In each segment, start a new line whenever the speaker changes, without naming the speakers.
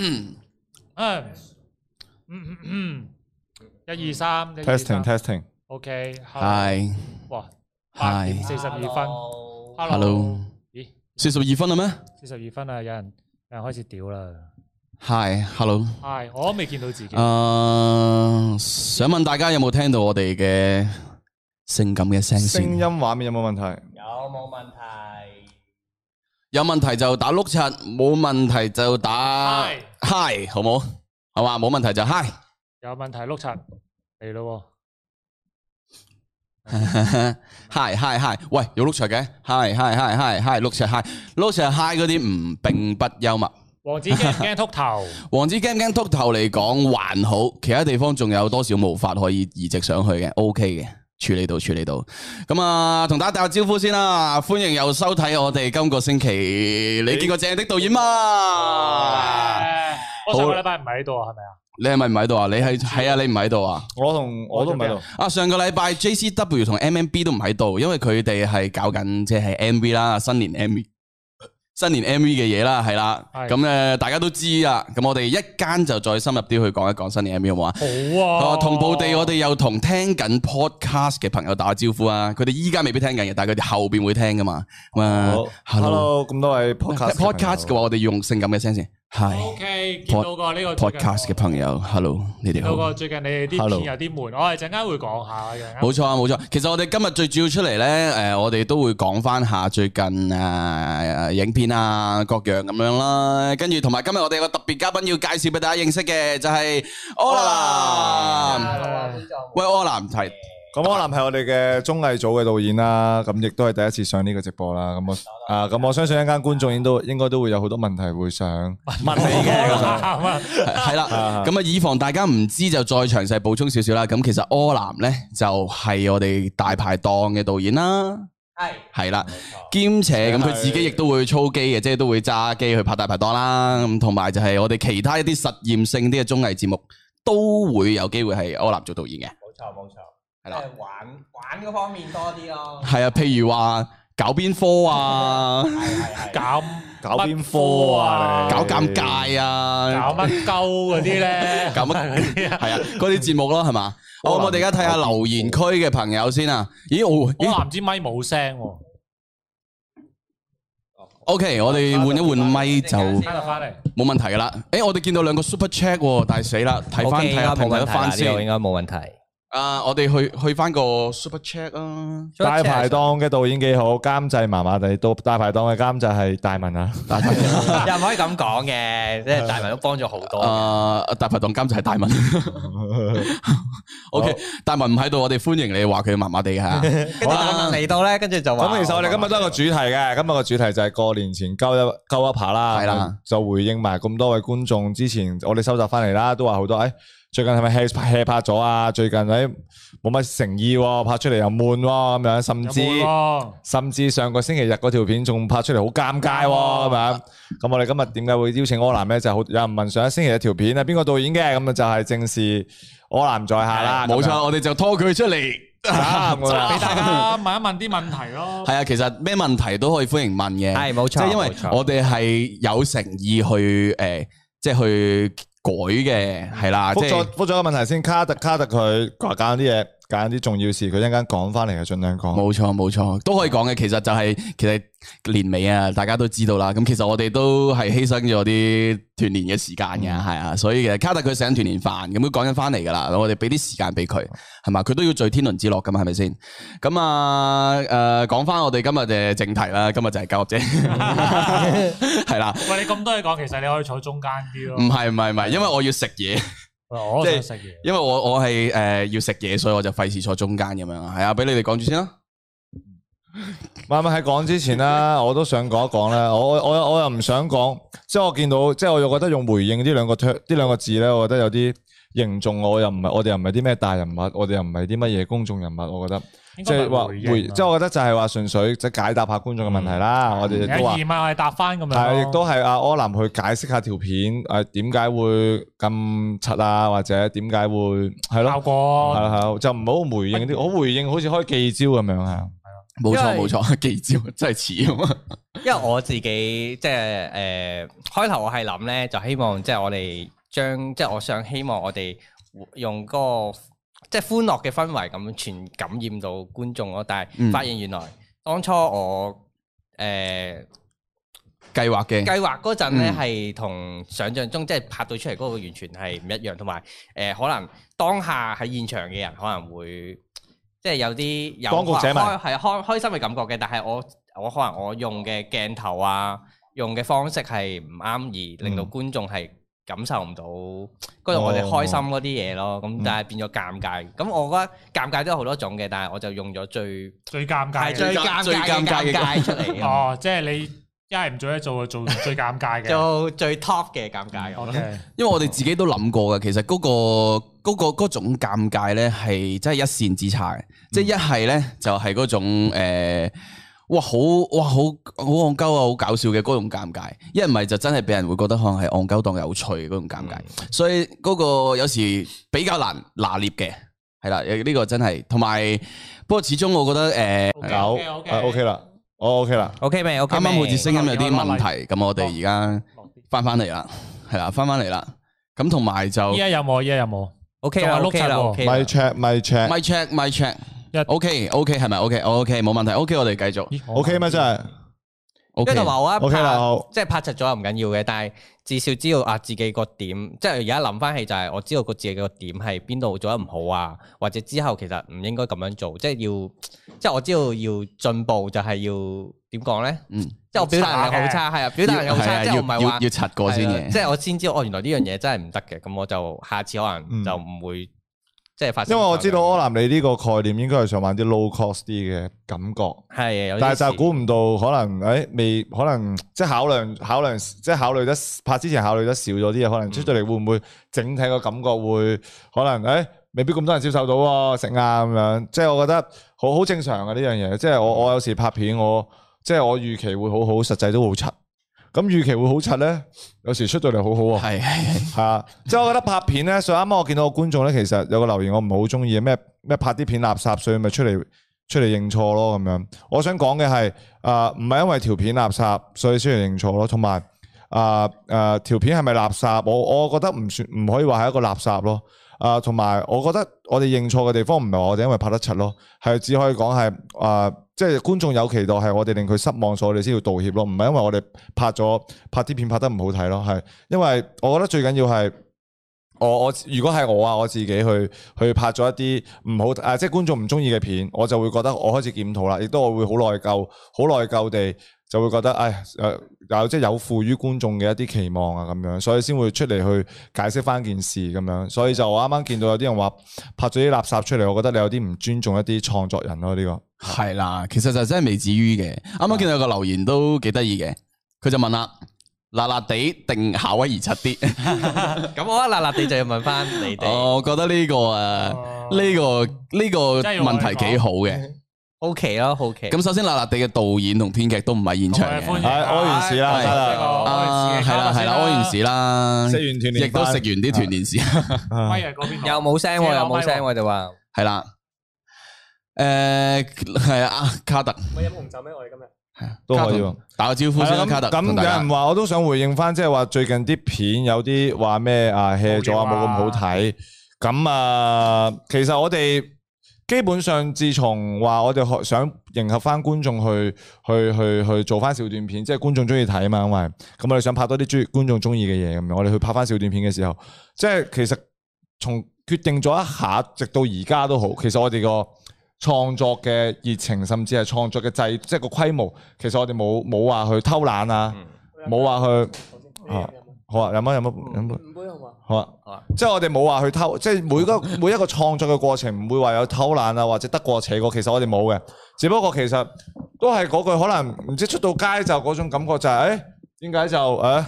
嗯，
啊，嗯嗯嗯，一二三
Testing testing，
，OK，
係
哇，八點四十二分
Hello
，hello，
咦，
四十二分啦咩？
四十二分啊，有人有人開始屌啦，
係 hello，
係，我都未見到自
啊
己，
誒，呃想問大家有冇聽到我哋嘅性感嘅聲
聲音
線？
畫面有冇問題？
有冇問題？
有問題就打碌柒，冇問題就打
Hi
hi，好冇？好嘛，冇問題就 hi。
有問題碌柒嚟咯
hi hi hi，喂，有碌柒嘅，hi hi hi hi hi，碌柒 hi，碌柒 hi 嗰啲唔並不幽默。
喎，王子驚唔 驚秃頭？
王子驚唔驚秃頭嚟講還好，其他地方仲有多少毛髮可以移植上去嘅？OK 嘅，處理到處理到。咁啊，同大家打個招呼先啦，歡迎又收睇我哋今個星期你見過正的導演嘛？
我上個禮拜唔喺度啊，係咪啊？
你係咪唔喺度啊？你係係啊？你唔喺度啊？
我同我都唔喺度，
啊，上個禮拜 JCW 同 MMB 都唔喺度，因為佢哋係搞緊即係 MV 啦，新年 MV。新年 MV 嘅嘢啦，係啦，
係
咁诶大家都知啦，咁我哋一間就再深入啲去講一講新年 MV 好唔好啊？
好
啊
啊，
同步地，我哋又同聽緊 podcast 嘅朋友打招呼啊！佢哋依家未必聽緊嘅，但係佢哋後邊會聽噶嘛。咁
好
啊，hello
，hello，咁多位 podcast
podcast 嘅話，我哋用性感嘅聲先。係
OK，見到個呢個最近
podcast 嘅朋友，hello，你哋
見到
好
個。最近你哋啲
Hello
片有啲悶，我哋陣間會講下嘅。
冇錯啊，冇錯。其實我哋今日最主要出嚟咧，誒、我哋都會講翻下最近誒、呃影片啊，各樣咁樣啦。跟住同埋今日我哋有個特別嘉賓要介紹俾大家認識嘅，就係柯南。喂，
Hello 啊，觀眾
柯南係
咁柯南係我哋嘅綜藝組嘅導演啦，咁亦都係第一次上呢個直播啦。咁我啊，咁我相信一間觀眾應都應該都會有好多問題會想問你嘅。咁樣
嘅，啊
係啦，咁啊，以防大家唔知就再詳細補充少少啦。咁其實柯南呢，就係我哋大排檔嘅導演啦，
係
係啦，
冇錯
兼且咁
係
佢自己亦都會操機嘅，即係都會揸機去拍大排檔啦。咁同埋就係我哋其他一啲實驗性啲嘅綜藝節目都會有機會係柯南做導演嘅，
冇錯冇錯，
係
即
啦，
係玩玩嗰方面多啲咯。
係啊，譬如話搞邊 科啊，
係係係
咁
搞邊科啊？你
搞尷尬啊，
搞乜鳩嗰啲咧？
搞乜
嗰啲啊？
係啊，嗰啲節目咯，係嘛？
柯
好
南
我哋而家睇下留言區嘅朋友先啊。咦，我
我
咦
男支咪冇聲喎，
O、k 我哋換一換咪就冇
翻嚟翻嚟。
問題噶啦。誒、我哋見到兩個 super check 喎，但係死啦，睇翻睇
ờ,
下睇唔睇得翻先。
該冇問題。
啊，我哋去去翻個 super check 啊，
大排 檔嘅導演幾好，監製麻麻地，到大排檔嘅監製係大文啊。
大排檔
又唔可以咁講嘅，即係大文都幫咗好
Ờ.
多。
啊，大排檔監就係大文。O、k 大文唔喺度，我哋歡迎你話佢麻麻地嚇。
跟住大文嚟到咧，跟住就話。
咁其實我哋今日都有個主題嘅，今日個主題就係過年前鳩一鳩一扒啦，
係啦，
就回應埋咁多位觀眾之前我哋收集翻嚟啦，都話好多誒、哎最近係咪 hea hea 拍咗啊？最近誒冇乜誠意喎，拍出嚟又悶喎咁樣，甚
有
至
冇咯？
甚至上個星期日嗰條片仲拍出嚟好尷尬喎咁樣。咁我哋今日點解會邀請柯南咧？就好有人問上一星期日條片係邊個導演嘅，咁啊就係正是柯南在下啦，
冇錯，我哋就拖佢出嚟。
咁樣，啊咁
俾
樣
大家問一問啲問題咯。
係啊，其實咩問題都可以歡迎問嘅。
係冇
即
錯，
係因為
冇錯
我哋係有誠意去誒、即係去改嘅，係
啊
啦，即
覆
係
咗。覆咗個問題先，卡特卡特佢話揀啲嘢，揀啲重要事，佢一陣間講翻嚟嘅，盡量
哦
講。
冇錯冇錯，都可以講嘅。其實就係、其實年尾啊，大家都知道啦。咁其實我哋都係犧牲咗啲團年嘅時間嘅，
嗯
係啊、所以其實卡特佢食緊團年飯，咁佢講緊翻嚟噶啦。我哋俾啲時間俾佢，係嘛？佢都要聚天倫之樂噶嘛，係咪先？咁啊誒，呃講、翻我哋今日嘅正題啦。今日就係 教育啫，係啦。
喂，你咁多嘢講，其實你可以坐中間啲
唔
咯。
係唔係唔係，因為我要食嘢。
喂我都想食嘢。
因為我我系诶、呃要食嘢，所以我就費事坐中間咁樣啊。係啊，俾你哋講住先啦。
慢慢喺講之前 啦，我都想講一講啦。我我我又唔想講，即係我見到，即係我又覺得用回應呢兩個 ter- 呢兩個字咧，我覺得有啲凝重。我又唔係，我哋又唔係啲咩大人物，我哋又唔係啲乜嘢公眾人物，我覺得
應
即
該唔
係話
係回
回，
應啊
即係我覺得就係話純粹即係解答下觀眾嘅問題啦。
嗯
我哋亦都
有
話
疑。問我哋答翻咁樣咯。
係，亦都係阿柯南去解釋下條片，誒點解會咁柒啊，或者點解會係
效
咯，
果
係啦係啦，就唔好回應啲，我回應好似開記招咁樣啊。
冇錯
因
冇
為
錯， 記招真係似啊嘛，
因為我自己即係誒開頭我係諗咧，就希望即係我哋將即係我想希望我哋用嗰、個即係歡樂嘅氛圍咁全感染到觀眾咯。但
嗯
係發現原來當初我誒、呃、
計劃嘅
計劃嗰陣咧
嗯
係同想象中即係拍到出嚟嗰個完全係唔一樣，同埋誒可能當下喺現場嘅人可能會即係有啲有
當局者迷
開係啊開開心嘅感覺嘅，但係我我可能我用嘅鏡頭啊，用嘅方式係唔啱，而令到
嗯
觀眾係感受唔到嗰種我哋開心嗰啲嘢咯。咁但係變咗尷尬，咁我覺得尷尬都有好多種嘅，但係我就用咗最
最尷尬
係最
嘅。
尷
最尷尬
尬
嘅
嘅尷尬出嚟嘅，
Ờ,
哦，即係你一係唔做一做就做最尷尬嘅。
做最 top 嘅尷尬咁
O
咯。
嗯
K，
因為我哋自己都諗過嘅，其實嗰、個嗰、個嗰種尷尬咧係真係一線之差嘅，即係一係咧就係嗰種、呃、哇好哇好好戇鳩啊，好搞笑嘅嗰種尷尬；一唔係就真係俾人會覺得可能係戇鳩當有趣嘅嗰種尷尬，所以嗰個有時比較難拿捏嘅，係啦，呢、個真係同埋不過始終我覺得誒。呃
搞
OK，OK
啊 OK 啦，我 OK 啦，
OK 未？OK
啱啱好似聲音有啲問
我
題，哦咁我哋而家
落啲
翻翻嚟啦，係啦，翻翻嚟啦。咁同埋就
依
mic
家有冇？依家有冇？
OK
仲
啦
係
，OK 啦
碌柒喎
，OK 啦
咪 check 咪 check，
check mic check，
一
OK OK 係咪 OK 哦 OK 冇問題 OK 我哋繼續
咦我
OK 咩真係
因
OK
為同埋我一
OK 啦
拍
好
即係拍柒咗又唔緊要嘅，但係至少知道啊自己個點，即係而家諗翻起就係我知道個自己個點係邊度做得唔好啊，或者之後其實唔應該咁樣做，即係要即係我知道要進步就係要點講咧？
嗯，
即係我表達能力好差，係啊，表達能力好
係
差，
啊
即係
要
我唔係話
要要擦過先
係啊即
嘅，
係我先知道哦，原來呢樣嘢真係唔得嘅，咁我就下次可能
嗯
就唔會即係發生。
因為我知道柯南你呢個概念應該係想玩啲 low cost 啲嘅感覺。
係有啲
但係就
事
估唔到，可能诶未，可能即係考量考量，即係考慮得拍之前考慮得少咗啲嘢，可
嗯
能出到嚟會唔會整體個感覺會可能诶未必咁多人接受到喎，食啊咁樣，即係我覺得好好正常嘅呢樣嘢。即係
嗯
我我有時拍片，我即係我預期會好好，實際都好柒。咁預期會好柒咧，有時出到嚟好好喎。
係係
系啊，即系我覺得拍片咧，上啱啱我見到個觀眾咧，其實有個留言我唔係好中意，咩咩拍啲片垃圾，所以咪出嚟出嚟認錯咯咁樣。我想講嘅係，啊唔係因為條片垃圾，所以出嚟認錯咯，同埋啊啊條片係咪垃圾，我我覺得唔算唔可以話係一個垃圾咯。啊，同埋我覺得我哋認錯嘅地方唔係我哋因為拍得柒咯，係只可以講係啊，即係觀眾有期待係我哋令佢失望，所以我哋先要道歉咯，唔係因為我哋拍咗拍啲片拍得唔好睇咯，係因為我覺得最緊要係。我我如果係我啊，我自己去去拍咗一啲唔好啊，即係觀眾唔中意嘅片，我就會覺得我開始檢討啦，亦都我會好內疚，好內疚地就會覺得，唉，誒、有即係有負於觀眾嘅一啲期望啊，咁樣，所以先會出嚟去解釋翻件事咁樣，所以就我啱啱見到有啲人話拍咗啲垃圾出嚟，我覺得你有啲唔尊重一啲創作人咯，呢、個
係啦，其實就真係未至於嘅。啱啱見到有個留言都幾得意嘅，佢就問啦。辣辣地定夏威夷七 啲，
咁我一辣辣地就要問翻
Ờ.
你哋。
我覺得呢個
Ờ.
啊，
哦
呢個呢個
真係要我
問
嚟
題幾好嘅。
好奇咯，好奇。
咁首先辣辣地嘅導演同編劇都唔係現場嘅
好，歡迎
唉
啊
屙完屎啦
係
得啦
呢個屙
啊，
Ờ,
完屎
係啦，
嘅
係啦，屙完屎啦，
食完團年飯啊
亦都食完啲團年屎，
交咪係嗰邊
又冇聲喎，又冇聲喎，就話
係啦。誒，係啊，卡特
咪飲紅酒咩？我哋今日
啊都可以
卡
喎
特。打個招呼
係啦
先啦，啊
咁
卡特
咁
同
有
大家
人話，我都想回應翻，即係話最近啲片有啲話咩啊 hea 咗啊，冇咁好
冇嘢
睇。咁啊，其實我哋基本上自從話我哋學想迎合翻觀眾去去去去做翻小短片，即係觀眾中意睇嘛，因為咁我哋想拍多啲中意觀眾中意嘅嘢咁樣，我哋去拍翻小短片嘅時候，即係其實從決定咗一下，直到而家都好，其實我哋個創作嘅熱情，甚至係創作嘅制，即係個規模，其實我哋冇冇話去偷懶啊，冇話去啊好啊，飲啊飲啊飲杯，好啊。即係我哋冇話去偷，即係每個每一個創作嘅過程唔會話有偷懶啊，或者得過且過。其實我哋冇嘅，只不過其實都係嗰句，可能唔知出到街就嗰種感覺就係、誒點解就誒、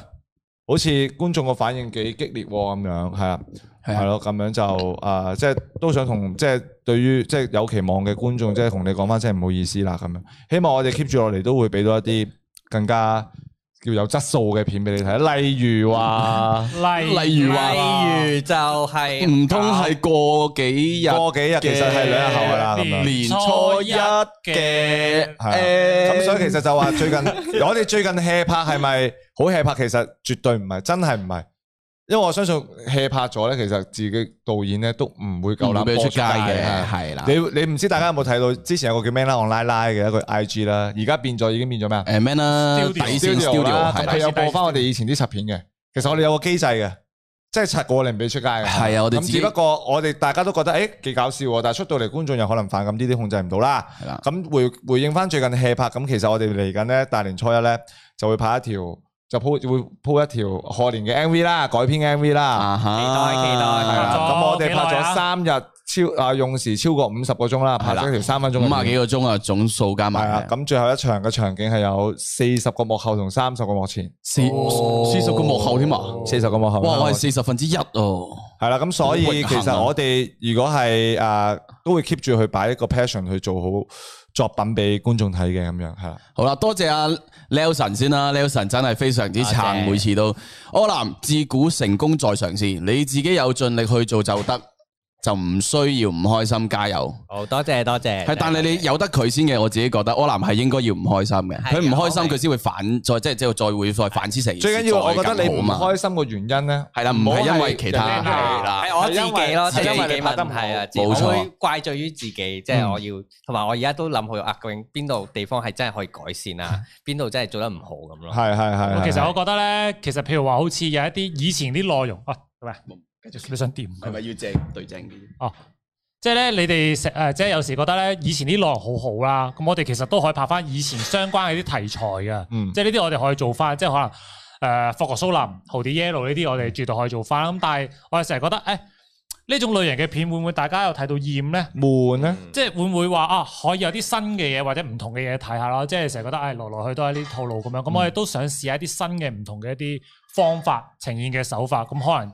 好似觀眾個反應幾激烈喎咁樣，係啊，
係啊
係咯，咁樣就誒、即係都想同即係對於即係有期望嘅觀眾，即係同你講翻聲唔好意思啦咁樣。希望我哋 keep 住落嚟都會俾到一啲更加叫有質素嘅片俾你睇，例如話
例啊
例如啊話
例如就係
唔通係過幾日？
過幾日其實係兩日後噶啦咁樣。
年初一
係
嘅
啊咁所以其實就話最 近我哋最近 hea 拍係咪好 hea 拍？其實絕對唔係，真係唔係。因為我相信 hea 拍咗咧，其實自己導演咧都唔會夠膽
唔會俾佢
播
出街嘅
係啊
係啦
你你唔知大家有冇睇到之前有個叫咩啦 online line 嘅一個 IG 啦，而家變咗已經變咗咩啊？
誒 man 啦，
Studio
底線 studio 啊
啦，
係
咁
啦
佢。有播翻我哋以前啲插片嘅。其實我哋有個機制嘅，即係拆過你唔俾出街嘅。
係啊我哋自
咁
己
只不過我哋大家都覺得誒幾搞笑喎，但係出到嚟觀眾有可能反感，呢啲控制唔到啦
係啦。
咁回回應翻最近 hea 拍，咁其實我哋嚟緊咧大年初一咧就會拍一條，就鋪會鋪一條賀年嘅 MV 啦，改編嘅 MV 啦。
啊哈，
期待期待
係啦，
拍咗
咁我哋拍
幾耐
咗
啊
三日超啊用時超過五十個鐘啦，拍咗條三分鐘嘅片
五啊幾個鐘啊，總數加
係啊
埋，
咁最後一場嘅場景係有四十個幕後同三十個幕前，
四四十個幕後添啊！
四十個幕後。
哇，我係四十分之一哦，
係啦，咁所以
好榮
其
幸啊
實我哋如果係诶都會 keep 住去擺一個 passion 去做好作品俾觀眾睇嘅咁樣，係啦。
好啦，多謝阿 Nelson 先啦，Nelson 真係非常之
多
撐，
謝
每次都柯南自古成功在嘗試，你自己有盡力去做就得，就唔需要唔開心，加油！
好多謝多謝。
係，但係你由得佢先嘅，我自己覺得柯南係應該要唔開心嘅，
係啊
佢唔開心
我明
佢先會反再即係即係再會再反思成件事
最緊要，我
再
覺得你
更
唔
好啊嘛
開心嘅原因咧，
係啦唔係因為其他
人哋
係啦
係我自己咯，
係因為
自
係因為
己
你拍得唔
問
好
題啊，自
冇
我
錯
會怪罪於自己，即係我要，同埋我而家都諗好啊，究竟邊度地方係真係可以改善啊，邊度真係做得唔好咁咯。
係係係。係
其實我覺得咧，其實譬如話，好似有一啲以前啲內容，啊，做咩？繼續你想點？
係咪要正對正啲？
哦，即係咧，你哋成誒，即係有時覺得咧，以前啲內容好好啦，咁我哋其實都可以拍翻以前相關嘅啲題材嘅，
嗯
即係呢啲我哋可以做翻，即係可能誒、呃、霍格蘇林、豪迪耶魯呢啲，我哋絕對可以做翻。咁但係我哋成日覺得，誒、呢種類型嘅片會唔會大家有睇到厭咧？
悶咧，
即係會唔會話啊，可以有啲新嘅嘢或者唔同嘅嘢睇下咯？即係成日覺得，唉、來來去都係呢啲套路咁樣。咁
嗯
我哋都想試下一啲新嘅唔同嘅一啲方法呈現嘅手法。咁可能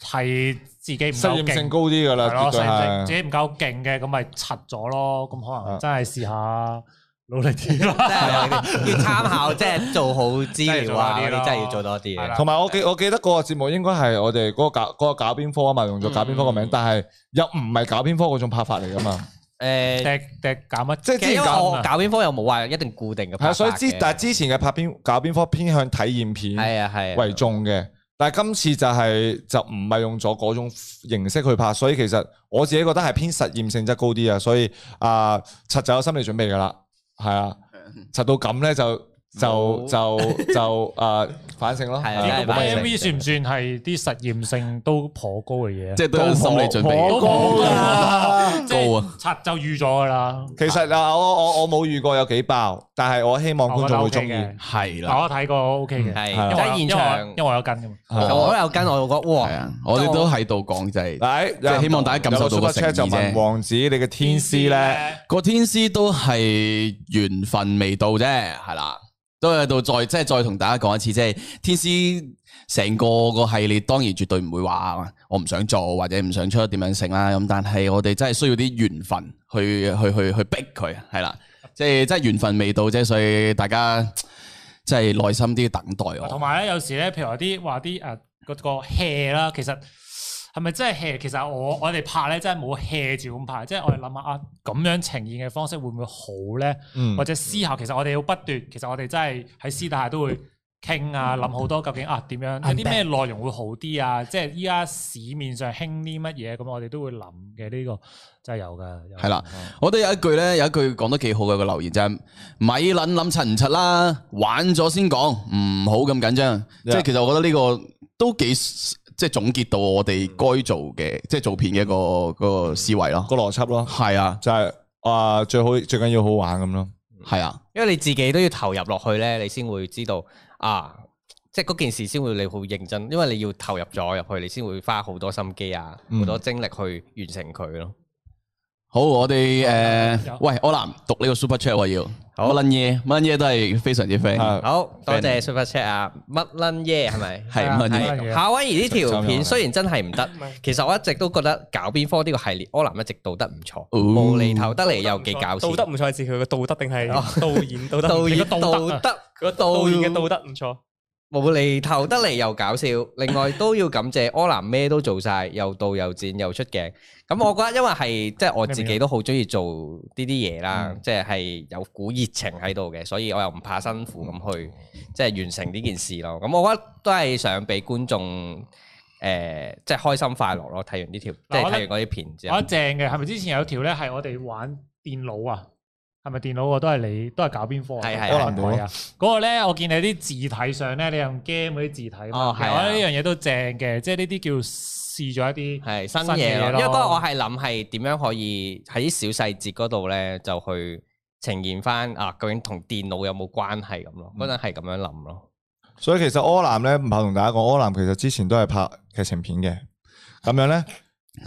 係自己唔
實
夠
驗性
勁
高。啲㗎啦，
係咯，
絕對
成績自
係。
己唔夠勁嘅，咁咪柒咗咯。咁可
啊
能真係試下努力啲 啦。
即係要參考，即係做好資料啊，嗰啲真係要做多啲
係
嘅
啦。
同埋我記我記得嗰個節目應該係我哋嗰個搞嗰個搞邊科啊嘛，用咗搞邊科個名，但係又唔係搞邊科嗰種拍法嚟㗎嘛，
誒，
踢踢搞乜？
即係
其
之
實因
前
為
搞
我搞邊科又冇話一定固定嘅
係
拍法
啊，
嘅。
所以之但係之前嘅拍邊搞邊科偏向體驗片。
係啊係啊
為重嘅。但係今次就係、就唔係用咗嗰種形式去拍，所以其實我自己覺得係偏實驗性質高啲啊，所以啊，柒、就有心理準備㗎啦，係啊，柒到咁咧就就
冇
就就啊、反省咯，
係
係啊
啊真係
呢個
反
反
省
省
MV 算唔算係啲實驗性都頗高嘅嘢？啊
即係都有心理準備
都
嘅。
高啦，
高啊！
柒就預咗噶啦。
其實啊，我我我冇遇過有幾爆，但係我希望觀眾會中意。
我覺得 OK 嘅
係啦
哦但。我睇過 OK 嘅，
係
係啊
因為
喺
我
現
因為我
場
因為我有跟㗎嘛。
係啊
我有跟，我覺得
系
哇
啊，，我哋都喺度講就係，
嚟，
即係希望大家感受到個誠意啫
Super Chat 就問王子你嘅天師咧，
個天師都係緣分未到啫，係啦，都喺度再即係再同大家講一次，即係天師成個個系列當然絕對唔會話我唔想做或者唔想出點樣成啦，咁但係我哋真係需要啲緣分去去去去逼佢，係啦，即係即係緣分未到啫，所以大家即係耐心啲等待
同
我。
埋咧，有時咧，譬如話啲話啲誒嗰個 hea 啦，其實係咪真係 hea？其實我我哋拍咧真係冇 hea 住咁拍，即係我哋諗下啊，咁樣呈現嘅方式會唔會好咧？
嗯
或，者思考，其實我哋要不斷，其實我哋真係喺私底下都會傾
嗯
啊，諗好多究竟啊點樣，有啲咩內容會好啲啊？即係依家市面上興啲乜嘢，咁我哋都會諗嘅。呢個真係有㗎，有㗎
係啦，我覺得有一句咧，有一句講得幾好嘅個留言就係咪撚諗柒唔柒啦，玩咗先講，唔好咁緊張。即
Yeah
係其實我覺得呢個都幾即係總結到我哋該做嘅，即係做片嘅一個個思維咯。
個邏輯咯，
係啊，
就係、啊、最好最緊要好玩咁咯。
係啊，
因為你自己都要投入落去咧，你先會知道啊，即係嗰件事先會你好認真，因為你要投入咗入去，你先會花好多心機啊，
嗯
好多精力去完成佢咯。
好，我哋誒
有
喂柯南讀呢個 super chat 我要
好
乜撚嘢乜撚嘢都係非常之 friend。哦
係
好多謝 Super Chat 啊，乜撚嘢係咪？
係乜撚
嘢
係夏威夷呢條片雖然真係唔得，其實我一直都覺得搞邊科呢個系列，柯南一直導得唔錯，
哦
無厘頭得嚟又幾搞笑。啊
道德唔錯係指佢個道德定係導演道德？
導演
你個道德
道
啊
德
個導演嘅道德唔錯，
無厘頭得嚟又搞笑，另外都要感謝柯南咩都做晒，又導又剪又出鏡。咁我覺得因為係即係我自己都好中意做呢啲嘢
嗯
啦，即係係有股熱情喺度嘅，所以我又唔怕辛苦咁去即係完成呢件事咯。咁我覺得都係想俾觀眾誒、呃即係開心快樂咯。睇完呢條即係
嗱我覺得
睇完嗰啲片之
我
後
覺得，正啊嘅，係咪之前有條咧係我哋玩電腦啊？係咪電腦啊？都係你都係搞邊科啊？
係係
柯南
鬼
道
啊！嗰個咧，我見你啲字體上咧，你用 game 嗰啲字體嘛，
哦係啊
我覺得呢樣嘢都正嘅，即係呢啲叫試咗一啲。
係新
新嘢
嘢咯。
咯
因為不過我係諗係點樣可以喺啲小細節嗰度咧，就去呈現翻啊，究竟同電腦有冇關係咁咯？嗰陣係咁樣諗咯。
所以其實柯南咧唔怕同大家講，柯南其實之前都係拍劇情片嘅，咁樣咧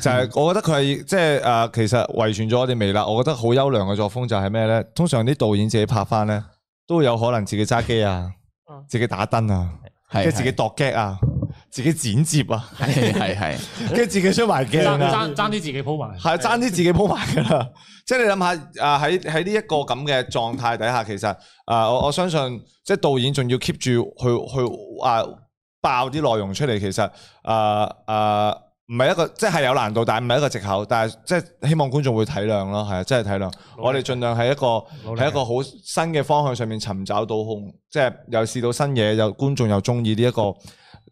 就係、我覺得佢係即係誒，其實遺傳咗我哋微辣，我覺得好優良嘅作風就係咩咧？通常啲導演自己拍翻咧，都有可能自己揸機啊
嗯，
自己打燈啊，
係
跟住自己度劇啊，自己剪接啊，
係係係，
跟住自己出埋鏡
爭
啊。
爭爭啲自己鋪埋，
系爭啲自己鋪埋噶啦。 即係你諗下，啊喺喺呢一個咁嘅狀態底下，其實啊，我我相信即係導演仲要 keep 住去去啊爆啲內容出嚟，其實啊啊唔係一個即係有難度，但係唔係一個藉口，但係即係希望觀眾會體諒咯，係啊，真係體諒。我哋盡量喺一個
努力
喺一個好新嘅方向上面尋找到控，即係又試到新嘢，又觀眾又中意呢一個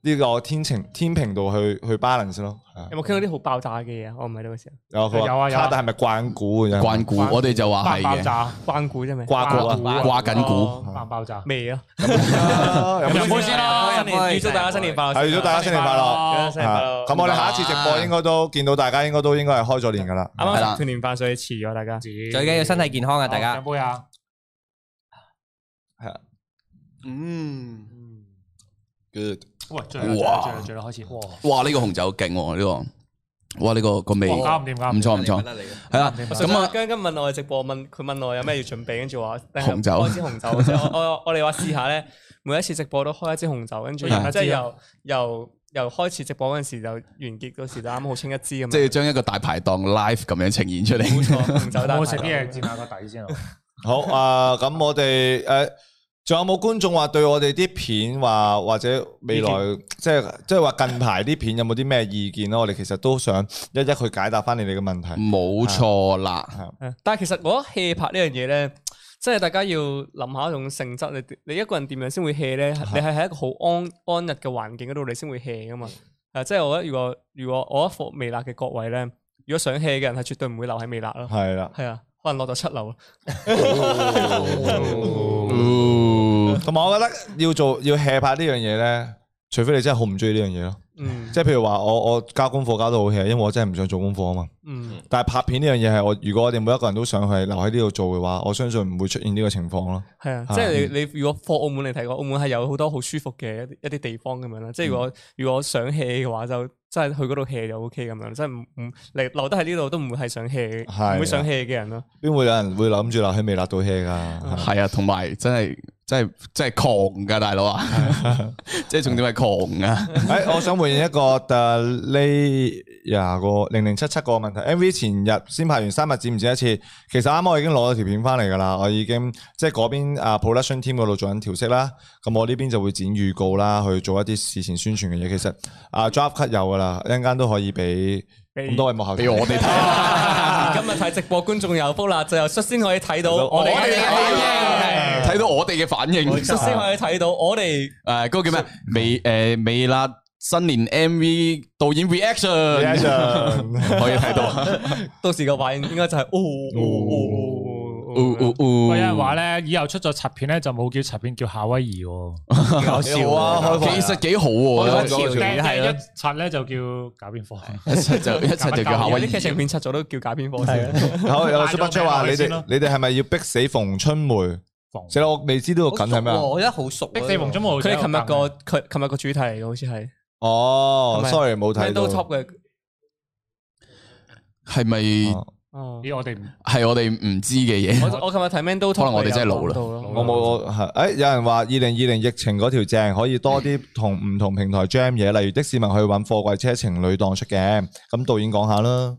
呢、個天晴天平度去去 balance 咯。係啊
有冇傾到啲好爆炸嘅嘢啊？我唔喺度嗰時候，
有佢話
有啊有啊
卡特係咪慣股嘅啫？
關股我哋就話
爆
啊係
爆
嘅，
炸，
關股啫咪？
掛股啊！
掛
掛緊股，
哦爆爆炸。
未啊？
咁
咁入
係
杯先啦，
新年預祝大家新年快樂先啊，
預祝大家新年快樂。
新年快樂。
啊咁我哋下一次
啊
直播應該都見到大家，應該都應該係開咗年噶啦。
啱
係
啱
啦
團年飯所以遲咗大家。
啊
最緊要身體健康啊，大家啊
飲。杯啊！
嗯，good，
喂，最啦最
哇
啦最啦最啦，開始。哇！
哇呢個紅酒勁喎呢個，哇呢個個味
哇
唔
哦啱點啱？
錯唔錯，係啦，
啱
咁啊
跟跟問我哋直播問佢問我有咩要準備，跟住話
紅酒
開支紅酒，即係我我我哋話試下咧， 每一次直播都開一支紅酒，跟住即
係
係由由由開始直播嗰陣時就完結嗰時就啱好清一支咁樣。
即係將一個大排檔 live 咁樣呈現出
冇
嚟，
錯，紅酒大
我食啲嘢佔下個底先啊！
好啊，咁我哋誒，仲有冇觀眾話對我哋啲片話或者未來即係即係話近排啲片有冇啲咩意見咯？我哋其實都想一一去解答翻你哋嘅問題。
冇錯啦，
係但係其實我覺得 hea 拍呢樣嘢咧，即係大家要諗下一種性質，你你一個人點樣先會 hea 咧？你係喺一個好安安逸嘅環境嗰度，你先會 hea 噶嘛？誒，即係我覺得如果如果我一服微辣嘅各位咧，如果想 hea 嘅人係絕對唔會留喺微辣咯，
係啦，
係啊，可能落到七樓啦。啊
哦
同埋我覺得要做要 hea 拍呢樣嘢咧，除非你真係好唔中意呢樣嘢咯。
嗯
即係譬如話我我交功課交到好 hea，因為我真係唔想做功課啊嘛。
嗯，
但係拍片呢樣嘢係我，如果我哋每一個人都想去留喺呢度做嘅話，我相信唔會出現呢個情況咯。
係啊，
啊
即係你你如果放澳門嚟睇過，澳門係有好多好舒服嘅一啲一啲地方咁樣啦。即係如果如果想 hea 嘅話，就真係去嗰度 hea 就 OK 咁樣，即係唔唔你留得喺呢度都唔會係啊想
係
hea，嘅唔會想 hea 嘅人咯。
邊會有人會諗住留喺微辣度 hea 噶？
係啊，同埋真係真係真係狂噶大佬 啊，即係重點係狂啊，
诶，哎我想回應一個诶呢廿個零零七七個問題。MV 前日先拍完三日剪唔剪一次？其實啱啱我已經攞咗條片翻嚟㗎啦，我已經即係嗰邊啊 production team 嗰度做緊調色啦。咁我呢邊就會剪預告啦，去做一啲事前宣傳嘅嘢。其實啊 drop cut 有㗎啦，一陣間都可以俾咁多位幕後
俾我哋睇，
今日睇直播觀眾有福啦，就由率先可以睇到我
我
哋
哋
嘅
嘅
反
睇到我哋嘅反應。
應，率先可以睇到我哋
诶，嗰個叫咩？美诶美辣新年 MV 導演 reaction
reaction。
可以 睇到。
到時個反應應該就係哦哦
哦哦哦
有人話咧，以後出咗柒片咧就冇叫柒片，叫夏威夷
哦
喎。
嗯
搞
笑啊其實幾好
開
喎，
放
定
係啊
係
咯
一柒咧就叫搞邊科？
一齊就一齊就叫夏
哦，
威夷
有啲劇情片出咗都叫假片科先。
好有個
賣咗
super chat
俾
話
我
你
先
哋
咯
你哋係咪要逼死馮春梅？死啦！我未知道個梗係咩啊
我覺得好熟啊。
逼四馮中無。
佢哋琴日個佢琴日個主題嚟嘅，好似係
哦
係咪
，sorry 冇睇
Man
到。
都 top 嘅。
係咪
哦
哦
咦，我哋唔
係我哋唔知嘅嘢？
我我琴日睇 Man 都 top，
可能我哋真係老啦
有講到咯
我冇我係誒，有人話二零二零疫情嗰條正可以多啲同唔同平台 jam 嘢，例如的士文去揾貨櫃車情侶檔出嘅。咁導演講下啦，